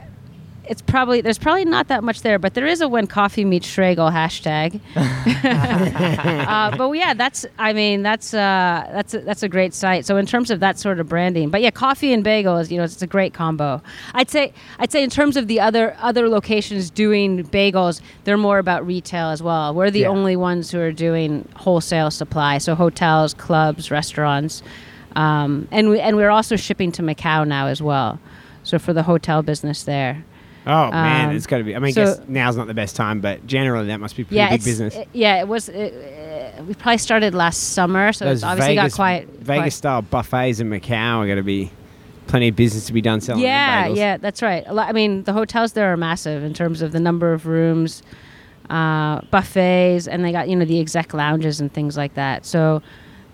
[SPEAKER 5] it's probably there's probably not that much there, but there is a when coffee meets Schregel hashtag. uh, but yeah, that's I mean that's uh, that's a, that's a great site. So in terms of that sort of branding, but yeah, coffee and bagels, you know, it's a great combo. I'd say I'd say in terms of the other other locations doing bagels, they're more about retail as well. We're the
[SPEAKER 4] Yeah.
[SPEAKER 5] only ones who are doing wholesale supply, so hotels, clubs, restaurants, um, and we and we're also shipping to Macau now as well. So for the hotel business there.
[SPEAKER 3] Oh man,
[SPEAKER 5] Um,
[SPEAKER 3] it's got to be. I mean, I
[SPEAKER 5] so-
[SPEAKER 3] guess now's not the best time, but generally that must be pretty
[SPEAKER 5] yeah,
[SPEAKER 3] big
[SPEAKER 5] it's-
[SPEAKER 3] business.
[SPEAKER 5] it- yeah, it was. It, uh, we probably started last summer, so it's obviously
[SPEAKER 3] Vegas,
[SPEAKER 5] got quiet.
[SPEAKER 3] Vegas style buffets in Macau are going to be plenty of business to be done selling. them
[SPEAKER 5] Quiet. Yeah,
[SPEAKER 3] bagels.
[SPEAKER 5] yeah, that's right. A lot, I mean, the hotels there are massive in terms of the number of rooms, uh, buffets, and they got you know the exec lounges and things like that. So.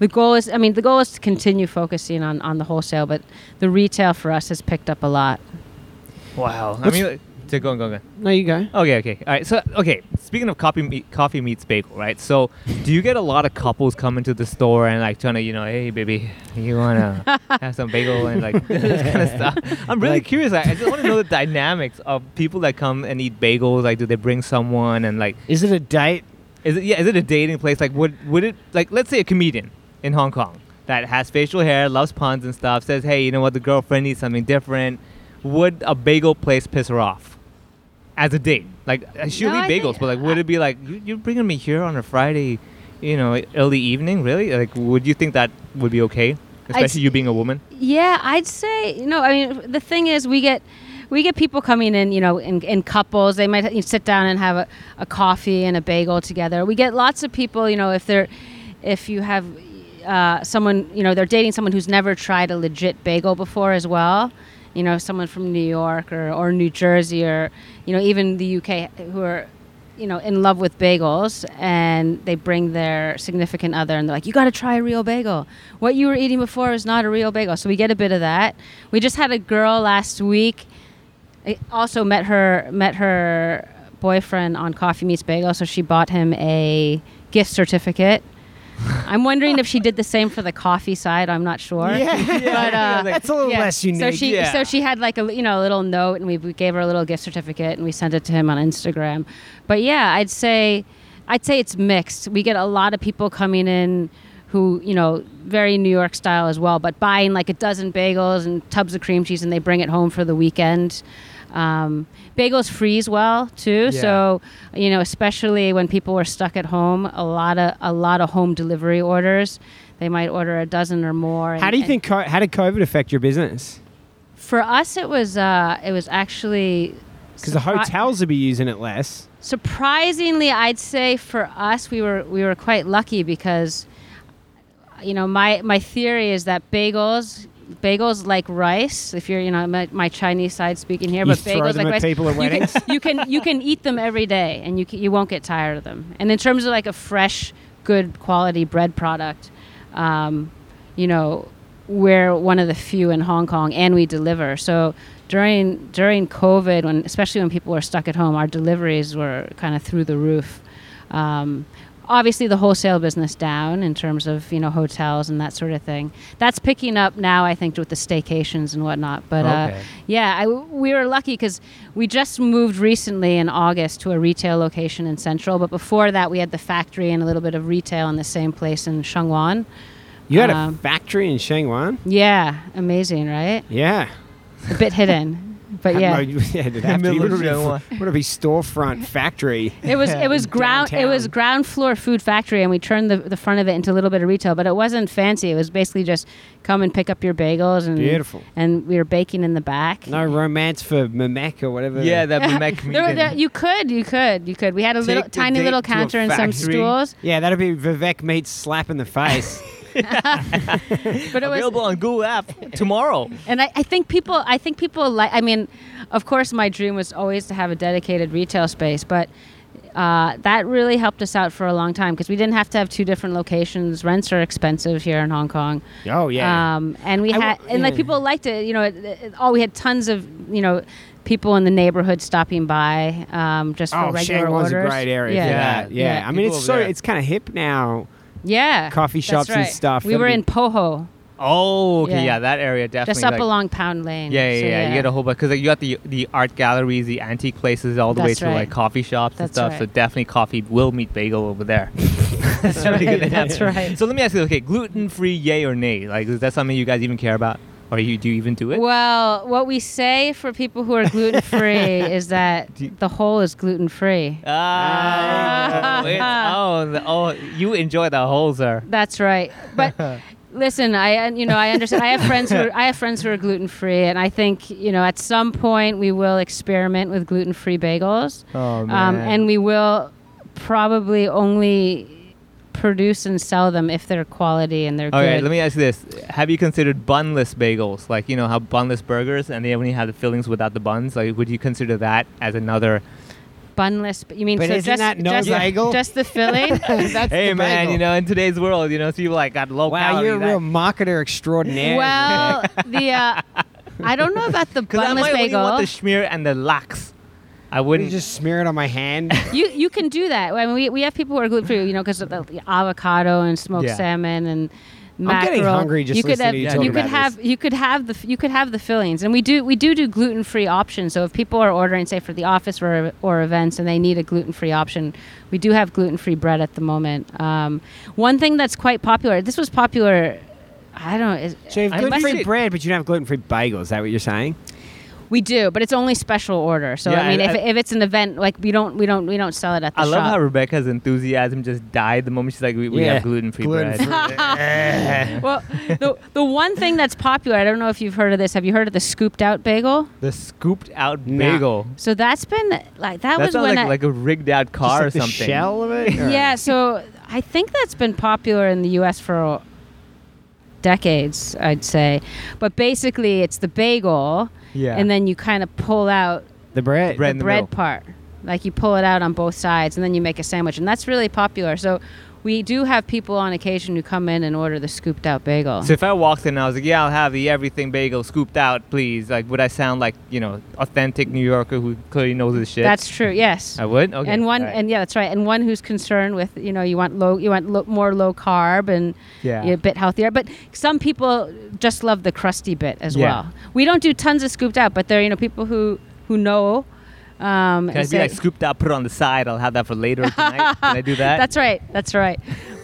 [SPEAKER 5] The goal is, I mean, the goal is to continue focusing on, on the wholesale, but the retail for us has picked up a lot.
[SPEAKER 4] wow. oh, I
[SPEAKER 3] Let's-
[SPEAKER 4] mean, like, so go on, go on, go on.
[SPEAKER 3] There you go.
[SPEAKER 4] Okay, okay. All right. So, okay. Speaking of coffee, meet, coffee meets bagel, right? So, do you get a lot of couples coming to the store and like trying to, you know, hey, baby, you wanna have some bagel and like this kind of stuff? I'm really
[SPEAKER 3] Like-
[SPEAKER 4] curious. Like, I just want to know the dynamics of people that come and eat bagels. Like, do they bring someone and like,
[SPEAKER 3] Is it a date?
[SPEAKER 4] is it yeah? Is it a dating place? Like, would would it like, let's say a comedian in Hong Kong that has facial hair, loves puns and stuff, says, hey, you know what, the girlfriend needs something different, would a bagel place piss her off? As a date, like uh, she'll
[SPEAKER 5] No,
[SPEAKER 4] eat
[SPEAKER 5] I
[SPEAKER 4] bagels,
[SPEAKER 5] think-
[SPEAKER 4] but like, would it be like you, you're bringing me here on a Friday, you know, early evening? Really? Like, would you think that would be okay, especially you being a woman?
[SPEAKER 5] Yeah, I'd say you know. I mean, the thing is, we get we get people coming in, you know, in, in couples. They might you sit down and have a, a coffee and a bagel together. We get lots of people, you know, if they're if you have uh, someone, you know, they're dating someone who's never tried a legit bagel before as well. You know, someone from New York or, or New Jersey or you know even the UK who are you know in love with bagels and they bring their significant other and they're like you got to try a real bagel what you were eating before is not a real bagel so we get a bit of that we just had a girl last week I also met her met her boyfriend on coffee meets bagel so she bought him a gift certificate i'm wondering if she did the same for the coffee side i'm not sure but uh,
[SPEAKER 3] That's a little
[SPEAKER 5] yeah.
[SPEAKER 3] less unique.
[SPEAKER 5] So she,
[SPEAKER 4] Yeah.
[SPEAKER 5] so she had like a you know a little note, and we, we gave her a little gift certificate, and we sent it to him on Instagram. But yeah, I'd say, I'd say it's mixed. We get a lot of people coming in who you know very New York style as well, but buying like a dozen bagels and tubs of cream cheese, and they bring it home for the weekend. Um, bagels freeze well too,
[SPEAKER 4] Yeah.
[SPEAKER 5] so you know especially when people were stuck at home, a lot of a lot of home delivery orders. They might order a dozen or more.
[SPEAKER 3] how
[SPEAKER 5] and-
[SPEAKER 3] do you
[SPEAKER 5] and-
[SPEAKER 3] think? Co- how did COVID affect your business?
[SPEAKER 5] for us, it was uh, it was actually
[SPEAKER 3] Because the
[SPEAKER 5] surpri-
[SPEAKER 3] hotels would be using it less.
[SPEAKER 5] Surprisingly, I'd say for us, we were we were quite lucky because, you know, my my theory is that bagels bagels like rice. If you're you know my, my Chinese side speaking here,
[SPEAKER 3] you
[SPEAKER 5] but
[SPEAKER 3] throw
[SPEAKER 5] bagels
[SPEAKER 3] them
[SPEAKER 5] like
[SPEAKER 3] at
[SPEAKER 5] rice.
[SPEAKER 3] people at weddings.
[SPEAKER 5] you can you can eat them every day and you can, you won't get tired of them. And in terms of like a fresh, good quality bread product, um, you know, we're one of the few in Hong Kong, and we deliver. So during during COVID, when especially when people were stuck at home, our deliveries were kind of through the roof. Um, obviously, the wholesale business down in terms of you know hotels and that sort of thing. That's picking up now, I think, with the staycations and whatnot. But
[SPEAKER 4] Okay.
[SPEAKER 5] uh, yeah, I, we were lucky because we just moved recently in August to a retail location in Central. But before that, we had the factory and a little bit of retail in the same place in Shangwan.
[SPEAKER 3] You had
[SPEAKER 5] Um,
[SPEAKER 3] a factory in Shangwan.
[SPEAKER 5] Yeah, amazing, right?
[SPEAKER 3] Yeah.
[SPEAKER 5] A bit hidden, but yeah.
[SPEAKER 3] No, yeah it'd have to be.
[SPEAKER 4] Middle of
[SPEAKER 3] Would it be
[SPEAKER 4] Shangwan.
[SPEAKER 3] f- would it be storefront factory?
[SPEAKER 5] It was it was ground it was
[SPEAKER 3] downtown.
[SPEAKER 5] ground floor food factory and we turned the, the front of it into a little bit of retail but it wasn't fancy it was basically just come and pick up your bagels and
[SPEAKER 3] Beautiful.
[SPEAKER 5] and we were baking in the back
[SPEAKER 3] No romance for Mamek or whatever.
[SPEAKER 4] Yeah, that would make me.
[SPEAKER 5] There were- there- you could you could you could we had a little
[SPEAKER 4] the
[SPEAKER 5] tiny
[SPEAKER 4] date
[SPEAKER 5] little
[SPEAKER 4] to a
[SPEAKER 5] counter and some
[SPEAKER 4] factory.
[SPEAKER 5] stools
[SPEAKER 3] Yeah, that'd be Vivek meets slap in the face.
[SPEAKER 5] but it was
[SPEAKER 4] available on Google App tomorrow.
[SPEAKER 5] and I, I think people I think people like I mean of course my dream was always to have a dedicated retail space but uh, that really helped us out for a long time because we didn't have to have two different locations rents are expensive here in Hong Kong
[SPEAKER 3] oh yeah.
[SPEAKER 5] um, and we
[SPEAKER 3] I
[SPEAKER 5] had
[SPEAKER 3] wa-
[SPEAKER 5] and like
[SPEAKER 3] yeah.
[SPEAKER 5] people liked it you know it, it, oh we had tons of you know people in the neighborhood stopping by um, just for
[SPEAKER 3] oh,
[SPEAKER 5] regular
[SPEAKER 3] Shangwan's
[SPEAKER 5] orders
[SPEAKER 3] a great area for
[SPEAKER 5] yeah
[SPEAKER 3] that. Yeah. I mean,
[SPEAKER 4] people
[SPEAKER 3] it's so
[SPEAKER 4] over there.
[SPEAKER 3] it's kind of hip now.
[SPEAKER 5] yeah
[SPEAKER 3] Coffee
[SPEAKER 5] that's
[SPEAKER 3] shops and
[SPEAKER 5] right.
[SPEAKER 3] stuff,
[SPEAKER 5] we
[SPEAKER 3] that'd
[SPEAKER 5] were
[SPEAKER 3] be-
[SPEAKER 5] in Poho
[SPEAKER 4] Oh, okay,
[SPEAKER 5] Yeah.
[SPEAKER 4] yeah, that area definitely.
[SPEAKER 5] just up
[SPEAKER 4] like-
[SPEAKER 5] along Pound Lane
[SPEAKER 4] Yeah, yeah,
[SPEAKER 5] So,
[SPEAKER 4] yeah. You get a whole bunch because like, you got the the art galleries, the antique places, all the way
[SPEAKER 5] That's
[SPEAKER 4] to
[SPEAKER 5] right.
[SPEAKER 4] like coffee shops
[SPEAKER 5] That's
[SPEAKER 4] and stuff. So
[SPEAKER 5] right.
[SPEAKER 4] definitely, coffee will meet bagel over there. That's really
[SPEAKER 5] right,
[SPEAKER 4] gonna
[SPEAKER 5] that's
[SPEAKER 4] happen.
[SPEAKER 5] right.
[SPEAKER 4] So let me ask you, okay, gluten free, yay or nay? Like, is that something you guys even care about, or you do you even do it?
[SPEAKER 5] Well, what we say for people who are gluten free is that
[SPEAKER 4] Do you-
[SPEAKER 5] the whole is gluten free.
[SPEAKER 4] Ah, it's- oh, the- oh, you enjoy the whole, sir.
[SPEAKER 5] That's right. But listen, I and, you know I understand. I have friends who are, I have friends who are gluten free, and I think you know at some point we will experiment with gluten free bagels,
[SPEAKER 4] Oh
[SPEAKER 5] um, and we will probably only produce and sell them if they're quality and they're
[SPEAKER 4] all
[SPEAKER 5] good.
[SPEAKER 4] right, let me ask you this: Have you considered bunless bagels? Like, you know how bunless burgers and they only have the fillings without the buns. Like, would you consider that as another
[SPEAKER 5] bunless. You mean
[SPEAKER 3] But
[SPEAKER 5] so
[SPEAKER 3] isn't
[SPEAKER 5] just,
[SPEAKER 3] that no
[SPEAKER 5] just,
[SPEAKER 3] bagel?
[SPEAKER 5] just the filling?
[SPEAKER 3] That's
[SPEAKER 4] hey
[SPEAKER 3] the
[SPEAKER 4] man,
[SPEAKER 3] bagel.
[SPEAKER 4] you know, in today's world, you know, people like got low
[SPEAKER 3] Wow,
[SPEAKER 4] calorie.
[SPEAKER 3] you're a real marketer extraordinaire.
[SPEAKER 5] Well, the uh, I don't know about the
[SPEAKER 4] Because I
[SPEAKER 5] bunless
[SPEAKER 4] might only
[SPEAKER 5] bagel.
[SPEAKER 4] want the schmear and the lax. I
[SPEAKER 3] Wouldn't
[SPEAKER 4] wouldn't
[SPEAKER 3] you just smear it on my hand.
[SPEAKER 5] you you can do that. I mean, we, we have people who are gluten free, you know, because of the avocado and smoked
[SPEAKER 4] Yeah.
[SPEAKER 5] salmon and
[SPEAKER 3] I'm
[SPEAKER 5] mackerel.
[SPEAKER 3] getting hungry just
[SPEAKER 5] you could
[SPEAKER 3] listening
[SPEAKER 5] have
[SPEAKER 3] to you
[SPEAKER 4] talk
[SPEAKER 5] you could
[SPEAKER 3] about
[SPEAKER 5] have you could have the f- you could have the fillings, and we do we do do gluten free options. So if people are ordering, say for the office or, or events, and they need a gluten free option, we do have gluten free bread at the moment. Um, one thing that's quite popular. This was popular I don't. Is,
[SPEAKER 3] So you have
[SPEAKER 4] I'm
[SPEAKER 3] gluten free
[SPEAKER 4] actually-
[SPEAKER 3] bread, but you don't have gluten free bagels. Is that what you're saying?
[SPEAKER 5] we do, but it's only special order. So
[SPEAKER 4] Yeah,
[SPEAKER 5] I mean,
[SPEAKER 4] I-
[SPEAKER 5] if,
[SPEAKER 4] I-
[SPEAKER 5] if it's an event, like we don't, we don't, we don't sell it at the
[SPEAKER 4] I love
[SPEAKER 5] shop.
[SPEAKER 4] how Rebecca's enthusiasm just died the moment she's like, "We, we
[SPEAKER 3] Yeah.
[SPEAKER 4] have gluten free bread."
[SPEAKER 3] Gluten-free.
[SPEAKER 5] well, the, the one thing that's popular, I don't know if you've heard of this. Have you heard of the scooped out bagel?
[SPEAKER 4] the scooped out
[SPEAKER 3] Nah.
[SPEAKER 4] bagel.
[SPEAKER 5] So that's been like that,
[SPEAKER 4] That
[SPEAKER 5] was
[SPEAKER 4] sounds
[SPEAKER 5] when
[SPEAKER 4] like,
[SPEAKER 5] I,
[SPEAKER 4] like a rigged out car
[SPEAKER 3] Just
[SPEAKER 4] or
[SPEAKER 3] like
[SPEAKER 4] something.
[SPEAKER 3] The shell of it. Or-
[SPEAKER 5] yeah. So I think that's been popular in the U.S. for decades, I'd say. But basically, it's the bagel,
[SPEAKER 4] Yeah.
[SPEAKER 5] and then you kind of pull out
[SPEAKER 3] The bread.
[SPEAKER 4] Bread.
[SPEAKER 5] the
[SPEAKER 4] in the
[SPEAKER 5] bread
[SPEAKER 4] middle.
[SPEAKER 5] part. Like you pull it out on both sides, and then you make a sandwich, and that's really popular. So we do have people on occasion who come in and order the scooped out bagel.
[SPEAKER 4] So if I walked in and I was like, "Yeah, I'll have the everything bagel scooped out, please," like, would I sound like you know authentic New Yorker who clearly knows his shit?
[SPEAKER 5] that's true. Yes.
[SPEAKER 4] I would. Okay.
[SPEAKER 5] and one
[SPEAKER 4] alright.
[SPEAKER 5] and yeah that's right and one who's concerned with you know you want low you want lo- more low carb and
[SPEAKER 4] Yeah.
[SPEAKER 5] you know, a bit healthier but some people just love the crusty bit as
[SPEAKER 4] Yeah.
[SPEAKER 5] well we don't do tons of scooped out but there are you know people who who know um and
[SPEAKER 4] Can I be
[SPEAKER 5] say-
[SPEAKER 4] like scooped out, put it on the side? I'll have that for later tonight. Can I do that?
[SPEAKER 5] that's right that's right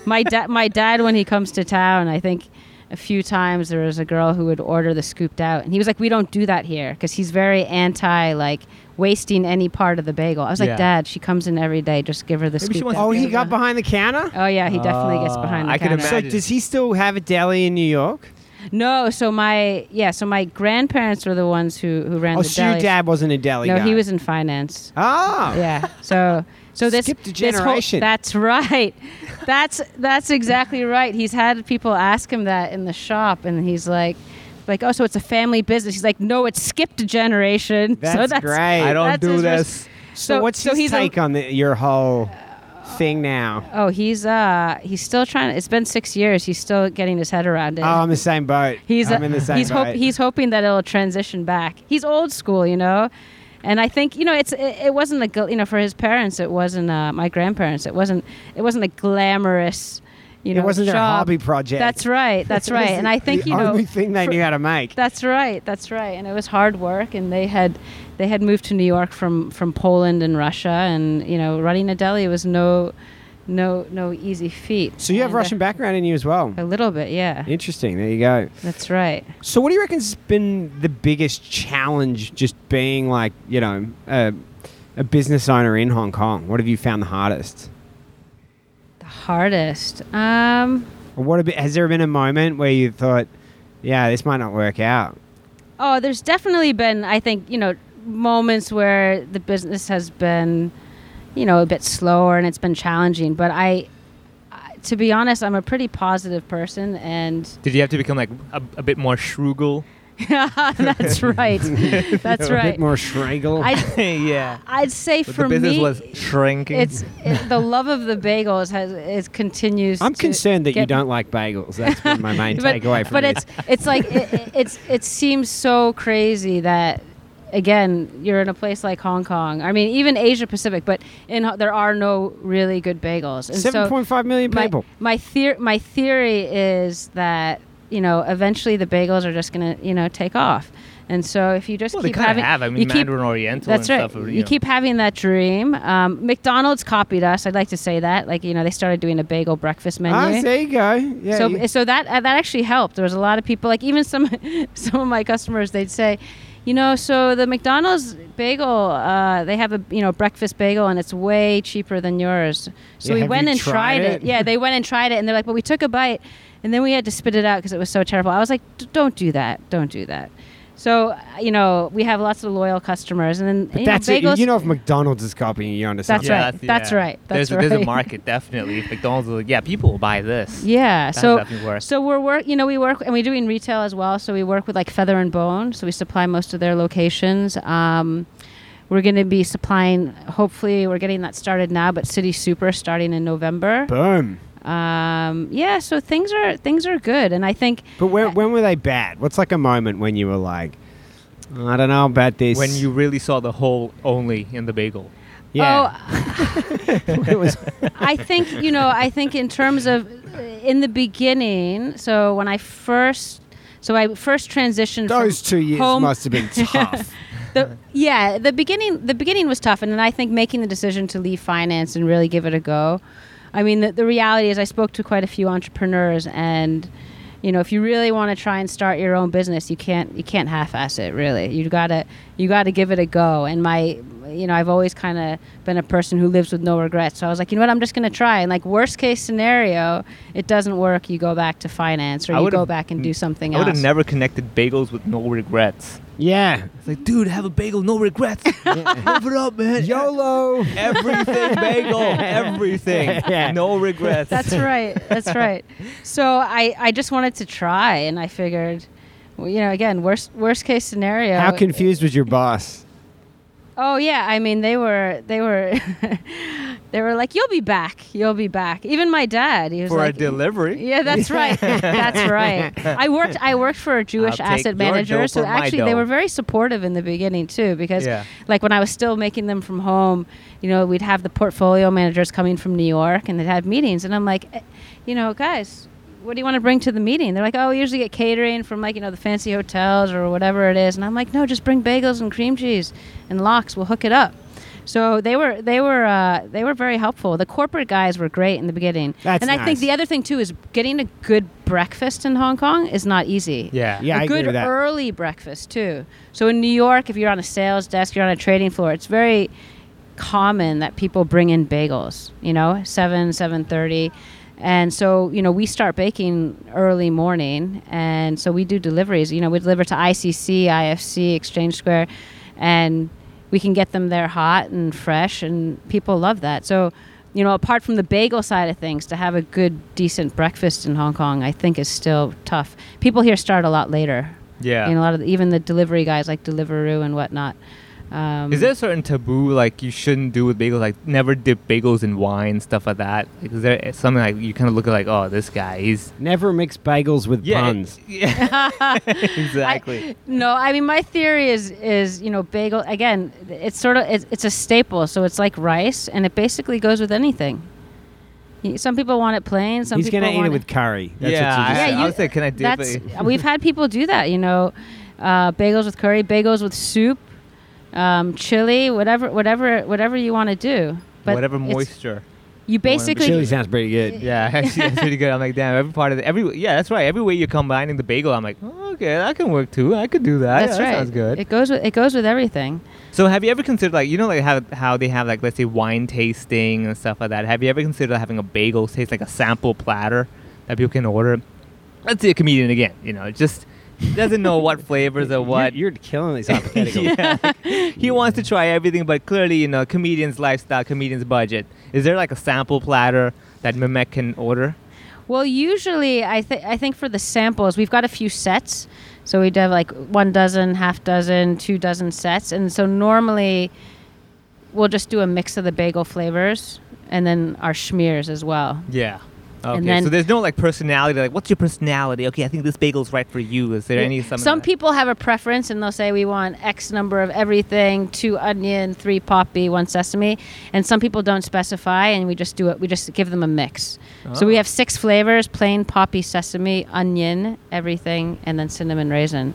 [SPEAKER 5] my dad my dad when he comes to town i think a few times there was a girl who would order the scooped out and he was like we don't do that here because he's very anti like wasting any part of the bagel i was like
[SPEAKER 4] Yeah.
[SPEAKER 5] dad she comes in every day just give her the
[SPEAKER 4] Maybe she
[SPEAKER 5] scooped
[SPEAKER 4] wants
[SPEAKER 5] out
[SPEAKER 3] Oh, he
[SPEAKER 5] bagel."
[SPEAKER 3] got behind the counter.
[SPEAKER 5] Oh yeah, he definitely gets behind
[SPEAKER 4] Ah,
[SPEAKER 5] the
[SPEAKER 4] I can
[SPEAKER 5] counter.
[SPEAKER 3] So
[SPEAKER 4] Imagine.
[SPEAKER 3] does he still have a deli in New York?
[SPEAKER 5] no, so my yeah, so my grandparents were the ones who who ran
[SPEAKER 3] Oh,
[SPEAKER 5] the
[SPEAKER 3] so
[SPEAKER 5] deli.
[SPEAKER 3] your dad wasn't a deli
[SPEAKER 5] no,
[SPEAKER 3] guy.
[SPEAKER 5] he was in finance.
[SPEAKER 3] Oh.
[SPEAKER 5] Yeah. So so this
[SPEAKER 3] Skipped a
[SPEAKER 5] this whole-
[SPEAKER 3] generation.
[SPEAKER 5] that's right. That's that's exactly right. He's had people ask him that in the shop and he's like like oh so it's a family business. He's like no, it skipped a generation.
[SPEAKER 3] That's,
[SPEAKER 5] so that's
[SPEAKER 3] great.
[SPEAKER 4] I don't
[SPEAKER 5] That's
[SPEAKER 4] do
[SPEAKER 5] his
[SPEAKER 4] this.
[SPEAKER 3] So, what's
[SPEAKER 5] so
[SPEAKER 3] his
[SPEAKER 5] he's a-
[SPEAKER 3] take on the, your whole thing now?
[SPEAKER 5] Oh, he's uh he's still trying. It's been 6 years. He's still getting his head around it.
[SPEAKER 3] Oh, I'm the same boat.
[SPEAKER 5] He's
[SPEAKER 3] I'm
[SPEAKER 5] uh,
[SPEAKER 3] in the same
[SPEAKER 5] he's
[SPEAKER 3] boat.
[SPEAKER 5] hope, he's hoping that it'll transition back. He's old school, you know, and I think you know it's it, it wasn't a gl- you know for his parents it wasn't uh, my grandparents it wasn't it wasn't a glamorous you
[SPEAKER 3] It
[SPEAKER 5] know
[SPEAKER 3] wasn't their
[SPEAKER 5] job.
[SPEAKER 3] hobby project.
[SPEAKER 5] That's right. That's
[SPEAKER 3] That was
[SPEAKER 5] right. And
[SPEAKER 3] the-
[SPEAKER 5] I think
[SPEAKER 3] the
[SPEAKER 5] you know
[SPEAKER 3] only thing they
[SPEAKER 5] for-
[SPEAKER 3] knew how to make.
[SPEAKER 5] That's right. That's right. And it was hard work and they had they had moved to New York from from Poland and Russia and you know running a deli was no no no easy feat.
[SPEAKER 3] So you have
[SPEAKER 5] And, uh, Oh.
[SPEAKER 3] Russian background in you as well.
[SPEAKER 5] a little bit, yeah.
[SPEAKER 3] Interesting. There you go.
[SPEAKER 5] That's right.
[SPEAKER 3] So what do you reckon's been the biggest challenge just being like, you know, a, a business owner in Hong Kong? What have you found the hardest?
[SPEAKER 5] The hardest. Um,
[SPEAKER 3] Or what have, been- has there been a moment where you thought, yeah, this might not work out?
[SPEAKER 5] oh, there's definitely been, I think, you know, moments where the business has been, you know, a bit slower and it's been challenging. But I, I- to be honest, I'm a pretty positive person, and
[SPEAKER 4] Did you have to become like a, a bit more frugal?
[SPEAKER 5] that's right. That's
[SPEAKER 3] A
[SPEAKER 5] right.
[SPEAKER 3] bit more shraggle.
[SPEAKER 5] I,
[SPEAKER 4] yeah.
[SPEAKER 5] I'd say
[SPEAKER 4] But
[SPEAKER 5] for
[SPEAKER 4] the business
[SPEAKER 5] me,
[SPEAKER 4] was shrinking.
[SPEAKER 5] it's it, the love of the bagels has it continues.
[SPEAKER 3] I'm
[SPEAKER 5] to
[SPEAKER 3] concerned that you
[SPEAKER 5] get-
[SPEAKER 3] don't like bagels. That's been my main takeaway from
[SPEAKER 5] but
[SPEAKER 3] this.
[SPEAKER 5] it's it's like it, it- it's it seems so crazy that again you're in a place like Hong Kong. I mean, even Asia Pacific, but in Ho- there are no really good bagels. And
[SPEAKER 3] Seven
[SPEAKER 5] so
[SPEAKER 3] point five million
[SPEAKER 5] my
[SPEAKER 3] people.
[SPEAKER 5] my theory my theory is that you know eventually the bagels are just gonna you know take off. And so if you just
[SPEAKER 4] well, they
[SPEAKER 5] keep
[SPEAKER 4] kind of
[SPEAKER 5] having
[SPEAKER 4] have. I
[SPEAKER 5] you
[SPEAKER 4] mean,
[SPEAKER 5] keep,
[SPEAKER 4] Mandarin Oriental
[SPEAKER 5] that's
[SPEAKER 4] and
[SPEAKER 5] right.
[SPEAKER 4] stuff. are,
[SPEAKER 5] you
[SPEAKER 4] know.
[SPEAKER 5] keep having that dream. Um, McDonald's copied us. I'd like to say that. Like you know, they started doing a bagel breakfast menu
[SPEAKER 3] Ah, there you go. Yeah.
[SPEAKER 5] so
[SPEAKER 3] you-
[SPEAKER 5] so that uh, that actually helped. There was a lot of people, like even some some of my customers, they'd say, you know, so the McDonald's bagel, uh, they have a you know breakfast bagel, and it's way cheaper than yours. So
[SPEAKER 3] Yeah,
[SPEAKER 5] we
[SPEAKER 3] have
[SPEAKER 5] went
[SPEAKER 3] you
[SPEAKER 5] and
[SPEAKER 3] tried
[SPEAKER 5] tried it.
[SPEAKER 3] it?
[SPEAKER 5] Yeah, they went and tried it, and they're like, well, we took a bite, and then we had to spit it out because it was so terrible. I was like, "D- don't do that, don't do that. So uh, you know, we have lots of loyal customers, and then
[SPEAKER 3] but
[SPEAKER 5] you
[SPEAKER 3] that's
[SPEAKER 5] know,
[SPEAKER 3] it.
[SPEAKER 5] bagels.
[SPEAKER 3] You know, if McDonald's is copying you onto
[SPEAKER 5] That's
[SPEAKER 3] something.
[SPEAKER 5] right. That's right.
[SPEAKER 4] There's,
[SPEAKER 5] That's
[SPEAKER 4] a, there's
[SPEAKER 5] right.
[SPEAKER 4] a market definitely. If McDonald's, is like, yeah, people will buy this.
[SPEAKER 5] Yeah.
[SPEAKER 4] That
[SPEAKER 5] so
[SPEAKER 4] definitely works.
[SPEAKER 5] so we're work. You know, we work and we're doing retail as well. So we work with like Feather and Bone. So we supply most of their locations. Um, we're going to be supplying. Hopefully, we're getting that started now. But City Super starting in November.
[SPEAKER 3] Boom.
[SPEAKER 5] Um, yeah. So things are things are good, and I think
[SPEAKER 3] But when, when were they bad? What's like a moment when you were like, I don't know about this.
[SPEAKER 4] When you really saw the whole only in the bagel.
[SPEAKER 3] yeah,
[SPEAKER 5] oh,
[SPEAKER 3] it was
[SPEAKER 5] I think you know. I think in terms of uh, in the beginning. So when I first. So I first transitioned. from
[SPEAKER 3] those two years
[SPEAKER 5] home-
[SPEAKER 3] must have been tough.
[SPEAKER 5] the, yeah, the beginning the beginning was tough, and then I think making the decision to leave finance and really give it a go. I mean, the, the reality is, I spoke to quite a few entrepreneurs, and you know if you really want to try and start your own business you can't you can't half-ass it really you gotta you gotta give it a go and my you know i've always kind of been a person who lives with no regrets so i was like you know what i'm just gonna try and like worst case scenario it doesn't work you go back to finance or
[SPEAKER 4] I
[SPEAKER 5] you
[SPEAKER 4] would've-
[SPEAKER 5] go back and do something
[SPEAKER 4] I would
[SPEAKER 5] else
[SPEAKER 4] have never connected bagels with no regrets.
[SPEAKER 3] Yeah.
[SPEAKER 4] It's like, dude, have a bagel, no regrets. Live it up, man.
[SPEAKER 3] YOLO.
[SPEAKER 4] Everything bagel, everything.
[SPEAKER 3] Yeah.
[SPEAKER 4] No regrets.
[SPEAKER 5] That's right. That's right. So I, I just wanted to try, and I figured, well, you know, again, worst worst case scenario.
[SPEAKER 3] How confused was your boss?
[SPEAKER 5] Oh yeah, I mean, they were they were they were like, "You'll be back. You'll be back." Even my dad, he was
[SPEAKER 4] for
[SPEAKER 5] like,
[SPEAKER 4] a delivery.
[SPEAKER 5] Yeah, that's right. that's right. I worked. I worked for a Jewish
[SPEAKER 4] I'll take
[SPEAKER 5] asset
[SPEAKER 4] your dough
[SPEAKER 5] manager, so
[SPEAKER 4] for my
[SPEAKER 5] actually they
[SPEAKER 4] dough.
[SPEAKER 5] were very supportive in the beginning too. Because
[SPEAKER 4] Yeah.
[SPEAKER 5] like when I was still making them from home, you know, we'd have the portfolio managers coming from New York, and they'd have meetings, and I'm like, eh, you know, guys. What do you want to bring to the meeting? They're like, oh, we usually get catering from like you know the fancy hotels or whatever it is, and I'm like, no, just bring bagels and cream cheese and lox. We'll hook it up. So they were they were uh, they were very helpful. The corporate guys were great in the beginning,
[SPEAKER 3] That's
[SPEAKER 5] and I
[SPEAKER 3] nice.
[SPEAKER 5] think the other thing too is getting a good breakfast in Hong Kong is not easy.
[SPEAKER 4] Yeah.
[SPEAKER 3] Yeah,
[SPEAKER 5] a
[SPEAKER 3] I agree
[SPEAKER 5] good
[SPEAKER 3] with that.
[SPEAKER 5] early breakfast too. So in New York, if you're on a sales desk, you're on a trading floor, it's very common that people bring in bagels. You know, seven seven thirty. And so, you know, we start baking early morning. And so we do deliveries. You know, we deliver to ICC, IFC, Exchange Square. And we can get them there hot and fresh and people love that so you know apart from the bagel side of things to have a good decent breakfast in hong kong i think is still tough people here start a lot later
[SPEAKER 4] Yeah.
[SPEAKER 5] you know, a lot of the, even the delivery guys like deliveroo and whatnot um,
[SPEAKER 4] Is there a certain taboo like you shouldn't do with bagels? Like never dip bagels in wine, stuff like that. Like, is there something like you kind of look at like, oh, this guy, he's
[SPEAKER 3] Never mix bagels with
[SPEAKER 4] yeah,
[SPEAKER 3] puns.
[SPEAKER 4] Yeah, exactly.
[SPEAKER 5] no i mean my theory is is you know bagel again it's sort of it's, it's a staple so it's like rice and it basically goes with anything Y- some people want it plain some
[SPEAKER 3] He's
[SPEAKER 5] people
[SPEAKER 3] gonna eat
[SPEAKER 5] want
[SPEAKER 3] it with curry. That's
[SPEAKER 4] yeah,
[SPEAKER 3] what you just
[SPEAKER 4] I,
[SPEAKER 5] said.
[SPEAKER 4] yeah,
[SPEAKER 5] Yeah,
[SPEAKER 4] I
[SPEAKER 5] you-
[SPEAKER 4] was like, can I dip
[SPEAKER 5] That's
[SPEAKER 4] it?
[SPEAKER 5] we've had people do that, you know, uh, bagels with curry, bagels with soup, um, chili, whatever, whatever, whatever you want to do. But
[SPEAKER 4] Whatever
[SPEAKER 5] it's-
[SPEAKER 4] moisture.
[SPEAKER 5] You basically
[SPEAKER 3] Chili sounds pretty good.
[SPEAKER 4] Yeah, actually, that's pretty good. I'm like, damn, every part of the every yeah, that's right. Every way you're combining the bagel, I'm like, oh, okay, that can work too. I could do that.
[SPEAKER 5] that's
[SPEAKER 4] yeah,
[SPEAKER 5] right.
[SPEAKER 4] That sounds good.
[SPEAKER 5] It goes with it goes with everything.
[SPEAKER 4] so, have you ever considered like you know like how how they have like let's say wine tasting and stuff like that? Have you ever considered having a bagel taste like a sample platter that people can order? Let's say a comedian again. You know, just doesn't know what flavors or what.
[SPEAKER 3] You're, you're killing these hypotheticals.
[SPEAKER 4] yeah, like, he wants to try everything, but clearly, you know, comedian's lifestyle, comedian's budget. Is there like a sample platter that Mehmet can order?
[SPEAKER 5] Well, usually I think I think for the samples we've got a few sets, so we would have like one dozen, half dozen, two dozen sets, and so normally we'll just do a mix of the bagel flavors and then our schmears as well.
[SPEAKER 4] Yeah. Okay.
[SPEAKER 5] then-
[SPEAKER 4] so there's no like personality. Like, what's your personality? Okay, I think this bagel's right for you. Is there any something
[SPEAKER 5] Some
[SPEAKER 4] that-
[SPEAKER 5] people have a preference and they'll say we want X number of everything, two onion, three poppy, one sesame. And some people don't specify and we just do it we just give them a mix. So we
[SPEAKER 4] Oh.
[SPEAKER 5] have six flavors, plain poppy, sesame, onion, everything, and then cinnamon raisin.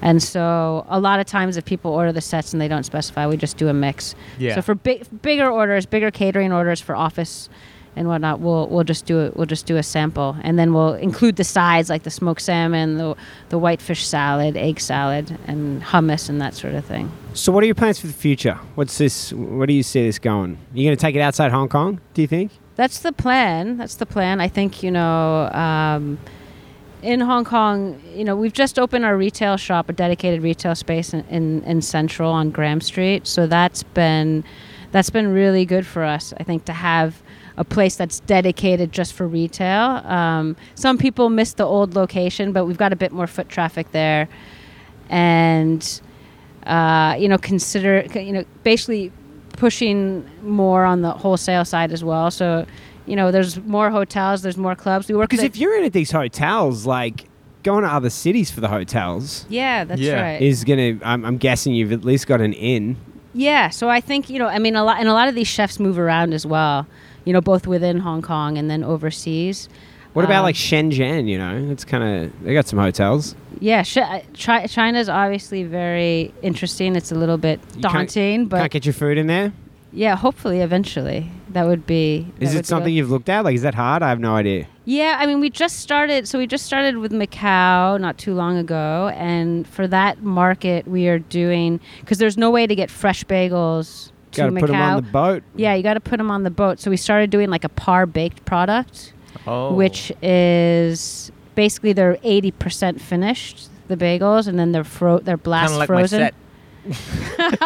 [SPEAKER 5] And so a lot of times if people order the sets and they don't specify, we just do a mix.
[SPEAKER 4] Yeah.
[SPEAKER 5] So for big, bigger orders, bigger catering orders for office and whatnot, we'll we'll just do it. We'll just do a sample, and then we'll include the sides like the smoked salmon, the the whitefish salad, egg salad, and hummus and that sort of thing.
[SPEAKER 3] So, what are your plans for the future? What's this? Where do you see this going? You going to take it outside Hong Kong? Do you think?
[SPEAKER 5] That's the plan. That's the plan. I think you know. Um, in Hong Kong, you know, we've just opened our retail shop, a dedicated retail space in, in, in Central on Graham Street. So that's been that's been really good for us. I think to have a place that's dedicated just for retail. Um, some people miss the old location, but we've got a bit more foot traffic there, and uh, you know, consider c- you know basically pushing more on the wholesale side as well. So. You know, there's more hotels, there's more clubs. We work
[SPEAKER 3] Because
[SPEAKER 5] with-
[SPEAKER 3] if you're in at these hotels, like going to other cities for the hotels
[SPEAKER 5] Yeah, that's
[SPEAKER 4] Yeah.
[SPEAKER 5] right.
[SPEAKER 3] is going to. I'm, I'm guessing you've at least got an in.
[SPEAKER 5] yeah, so I think you know, I mean, a lot and a lot of these chefs move around as well. You know, both within Hong Kong and then overseas.
[SPEAKER 3] What about
[SPEAKER 5] Um,
[SPEAKER 3] like Shenzhen? You know, it's kind of they got some hotels.
[SPEAKER 5] Yeah, sh- chi- China's obviously very interesting. It's a little bit
[SPEAKER 3] You can't-
[SPEAKER 5] daunting, but
[SPEAKER 3] can't get your food in there.
[SPEAKER 5] Yeah, hopefully, eventually. That would be. that
[SPEAKER 3] Is
[SPEAKER 5] would
[SPEAKER 3] it
[SPEAKER 5] be
[SPEAKER 3] something
[SPEAKER 5] really-
[SPEAKER 3] you've looked at? Like, is that hard? I have no idea.
[SPEAKER 5] Yeah, I mean, we just started. So we just started with Macau not too long ago, and for that market, we are doing because there's no way to get fresh bagels to
[SPEAKER 3] Got to
[SPEAKER 5] Macau.
[SPEAKER 3] put them on the boat.
[SPEAKER 5] yeah, you got to put them on the boat. So we started doing like a par baked product,
[SPEAKER 4] Oh.
[SPEAKER 5] which is basically they're eighty percent finished the bagels, and then they're fro- they're blast
[SPEAKER 4] kind of like
[SPEAKER 5] frozen.
[SPEAKER 4] my set.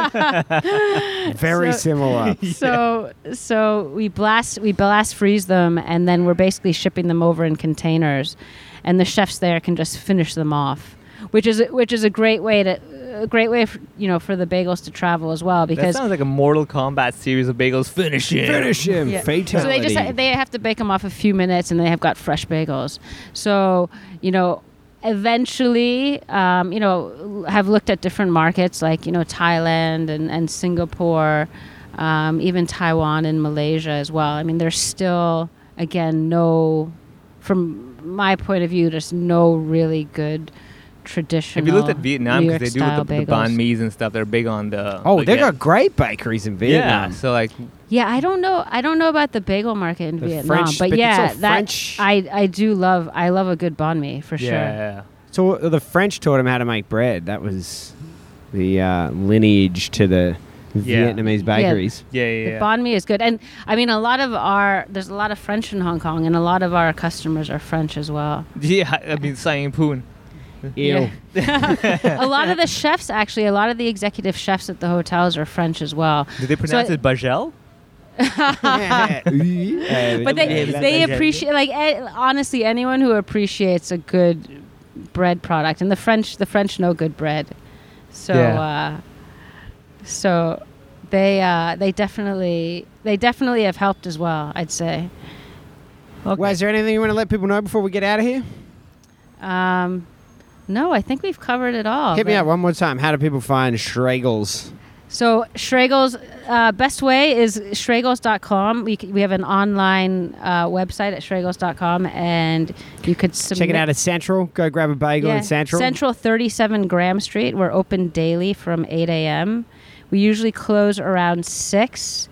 [SPEAKER 3] Very
[SPEAKER 5] So-
[SPEAKER 3] similar.
[SPEAKER 5] So so we blast we blast freeze them and then we're basically shipping them over in containers, and the chefs there can just finish them off, which is which is a great way to a great way for, you know for the bagels to travel as well
[SPEAKER 4] That
[SPEAKER 5] because
[SPEAKER 4] sounds like a Mortal Kombat series of bagels. Finish it.
[SPEAKER 3] Finish him.
[SPEAKER 5] Yeah.
[SPEAKER 3] Fatality.
[SPEAKER 5] so they just ha- they have to bake them off a few minutes and they have got fresh bagels. So you know. Eventually, um, you know, have looked at different markets like you know Thailand and and Singapore, um, even Taiwan and Malaysia as well. I mean, there's still again no, from my point of view, there's no really good traditional.
[SPEAKER 4] Have you looked at Vietnam?
[SPEAKER 5] New
[SPEAKER 4] Because they do with the,
[SPEAKER 5] York-style
[SPEAKER 4] the
[SPEAKER 5] bagels.
[SPEAKER 4] banh mi's and stuff. They're big on the.
[SPEAKER 3] oh, they
[SPEAKER 4] baguette.
[SPEAKER 3] got great bakeries in Vietnam.
[SPEAKER 4] Yeah. So like,
[SPEAKER 5] Yeah, I don't know. I don't know about the bagel market in
[SPEAKER 3] The
[SPEAKER 5] Vietnam,
[SPEAKER 3] French-
[SPEAKER 5] but
[SPEAKER 3] but it's
[SPEAKER 5] yeah,
[SPEAKER 3] all
[SPEAKER 5] that
[SPEAKER 3] French.
[SPEAKER 5] I I do love. I love a good banh mi for sure.
[SPEAKER 4] yeah.
[SPEAKER 3] So uh, the French taught him how to make bread. That was the uh, lineage to the
[SPEAKER 4] Yeah.
[SPEAKER 3] Vietnamese bakeries.
[SPEAKER 4] Yeah. Yeah.
[SPEAKER 5] The
[SPEAKER 4] yeah.
[SPEAKER 5] banh mi is good, and I mean a lot of our there's a lot of French in Hong Kong, and a lot of our customers are French as well.
[SPEAKER 4] yeah. I mean, Siam Poon.
[SPEAKER 3] Ew.
[SPEAKER 5] a lot of the chefs, actually, a lot of the executive chefs at the hotels are French as well.
[SPEAKER 4] Do they pronounce
[SPEAKER 5] I-
[SPEAKER 4] it Bajel?
[SPEAKER 5] But they
[SPEAKER 4] Yeah,
[SPEAKER 5] they
[SPEAKER 4] yeah.
[SPEAKER 5] appreciate like eh, honestly anyone who appreciates a good bread product, and the French the French know good bread, so
[SPEAKER 4] Yeah.
[SPEAKER 5] uh, so they uh, they definitely they definitely have helped as well. I'd say.
[SPEAKER 4] Okay.
[SPEAKER 3] Well, is there anything you want to let people know before we get out of here?
[SPEAKER 5] Um, no, I think we've covered it all.
[SPEAKER 3] Hit me
[SPEAKER 5] but-
[SPEAKER 3] up one more time. How do people find Schregels?
[SPEAKER 5] So Schregel's uh, best way is Schregels.com. We, c- we have an online uh, website at Schregels.com, and you could submit.
[SPEAKER 3] Check it out at Central. Go grab a bagel in Central.
[SPEAKER 5] Central 37 Graham Street. We're open daily from 8 a.m. We usually close around 6.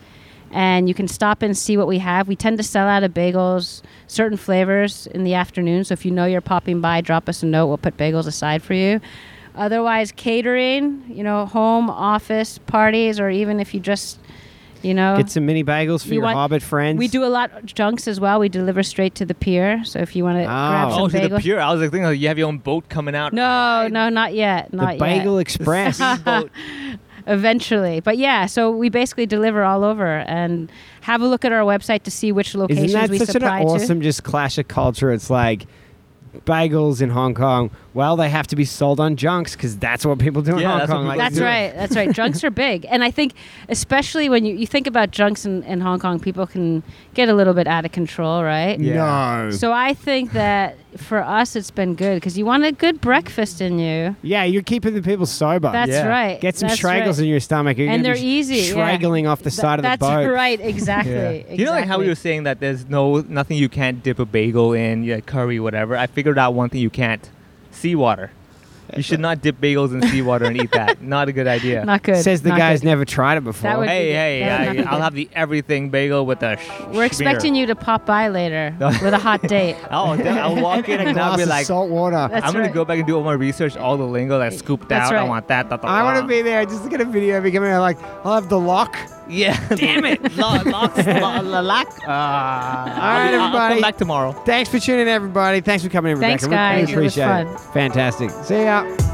[SPEAKER 5] And you can stop and see what we have. We tend to sell out of bagels, certain flavors in the afternoon. So if you know you're popping by, drop us a note. We'll put bagels aside for you. Otherwise, catering, you know, home, office, parties, or even if you just, you know,
[SPEAKER 3] Get some mini bagels for
[SPEAKER 5] You
[SPEAKER 3] your
[SPEAKER 5] want-
[SPEAKER 3] hobbit friends.
[SPEAKER 5] we do a lot of junks as well. We deliver straight to the pier. So if you want to grab some
[SPEAKER 4] Oh, to the
[SPEAKER 5] bagels.
[SPEAKER 4] pure. I was like thinking like, you have your own boat coming out.
[SPEAKER 5] No, no, not yet.
[SPEAKER 3] the
[SPEAKER 5] Not yet.
[SPEAKER 3] Bagel Express.
[SPEAKER 4] boat.
[SPEAKER 5] eventually. But yeah, so we basically deliver all over and have a look at our website to see which
[SPEAKER 3] Isn't
[SPEAKER 5] locations
[SPEAKER 3] that
[SPEAKER 5] we
[SPEAKER 3] such an
[SPEAKER 5] supply
[SPEAKER 3] awesome just clash of culture? It's like bagels in Hong Kong. Well, they have to be sold on junks because that's what people do in
[SPEAKER 4] Yeah,
[SPEAKER 3] Hong
[SPEAKER 4] that's what
[SPEAKER 3] Kong.
[SPEAKER 4] people
[SPEAKER 5] to.
[SPEAKER 3] Like,
[SPEAKER 5] That's
[SPEAKER 3] do it.
[SPEAKER 5] right. That's right. Drunks are big. And I think especially when you, you think about drunks in, in Hong Kong, people can get a little bit out of control, right?
[SPEAKER 4] Yeah.
[SPEAKER 3] No.
[SPEAKER 5] So I think that for us it's been good because you want a good breakfast in you.
[SPEAKER 3] Yeah, you're keeping the people sober.
[SPEAKER 5] That's
[SPEAKER 4] Yeah.
[SPEAKER 5] right.
[SPEAKER 3] Get some
[SPEAKER 5] That's
[SPEAKER 3] stragglers
[SPEAKER 5] right.
[SPEAKER 3] in your stomach. You're
[SPEAKER 5] And
[SPEAKER 3] gonna
[SPEAKER 5] they're
[SPEAKER 3] be sh-
[SPEAKER 5] easy. yeah.
[SPEAKER 3] Straggling off the
[SPEAKER 5] Th-
[SPEAKER 3] side of the boat.
[SPEAKER 5] That's right. Exactly.
[SPEAKER 4] You know, like how we
[SPEAKER 5] exactly.
[SPEAKER 4] were saying that there's no nothing you can't dip a bagel in, yeah, curry, whatever. I figured out one thing you can't: seawater. You should not dip bagels in seawater and eat that. Not a good idea.
[SPEAKER 5] Not good.
[SPEAKER 3] Says the
[SPEAKER 5] not
[SPEAKER 3] guy's
[SPEAKER 5] good.
[SPEAKER 3] never tried it before.
[SPEAKER 5] would-
[SPEAKER 4] hey, hey,
[SPEAKER 5] That would not
[SPEAKER 4] I,
[SPEAKER 5] be good.
[SPEAKER 4] I'll have the everything bagel with a. Sh-
[SPEAKER 5] We're expecting you to pop by later with a hot date.
[SPEAKER 4] Oh, then I'll walk in and I'll
[SPEAKER 3] Glass
[SPEAKER 4] be
[SPEAKER 3] of
[SPEAKER 4] like,
[SPEAKER 3] salt water.
[SPEAKER 5] That's
[SPEAKER 4] I'm gonna
[SPEAKER 5] right.
[SPEAKER 4] go back and do all my research, all the lingo that scooped
[SPEAKER 5] That's
[SPEAKER 4] out. I
[SPEAKER 5] right.
[SPEAKER 4] want that. that, that,
[SPEAKER 3] I want to
[SPEAKER 4] that.
[SPEAKER 3] be there. Just look at a video of you coming out like, I'll have the lock.
[SPEAKER 4] Yeah. Damn it. Lock. Lock. Lock. Uh, All
[SPEAKER 3] right,
[SPEAKER 4] I'll
[SPEAKER 3] everybody.
[SPEAKER 4] come back tomorrow.
[SPEAKER 3] Thanks for tuning in, everybody. Thanks for coming in, Rebecca.
[SPEAKER 5] Thanks,
[SPEAKER 3] We-
[SPEAKER 5] guys.
[SPEAKER 3] We
[SPEAKER 5] It was
[SPEAKER 3] appreciate it. Fantastic. See ya.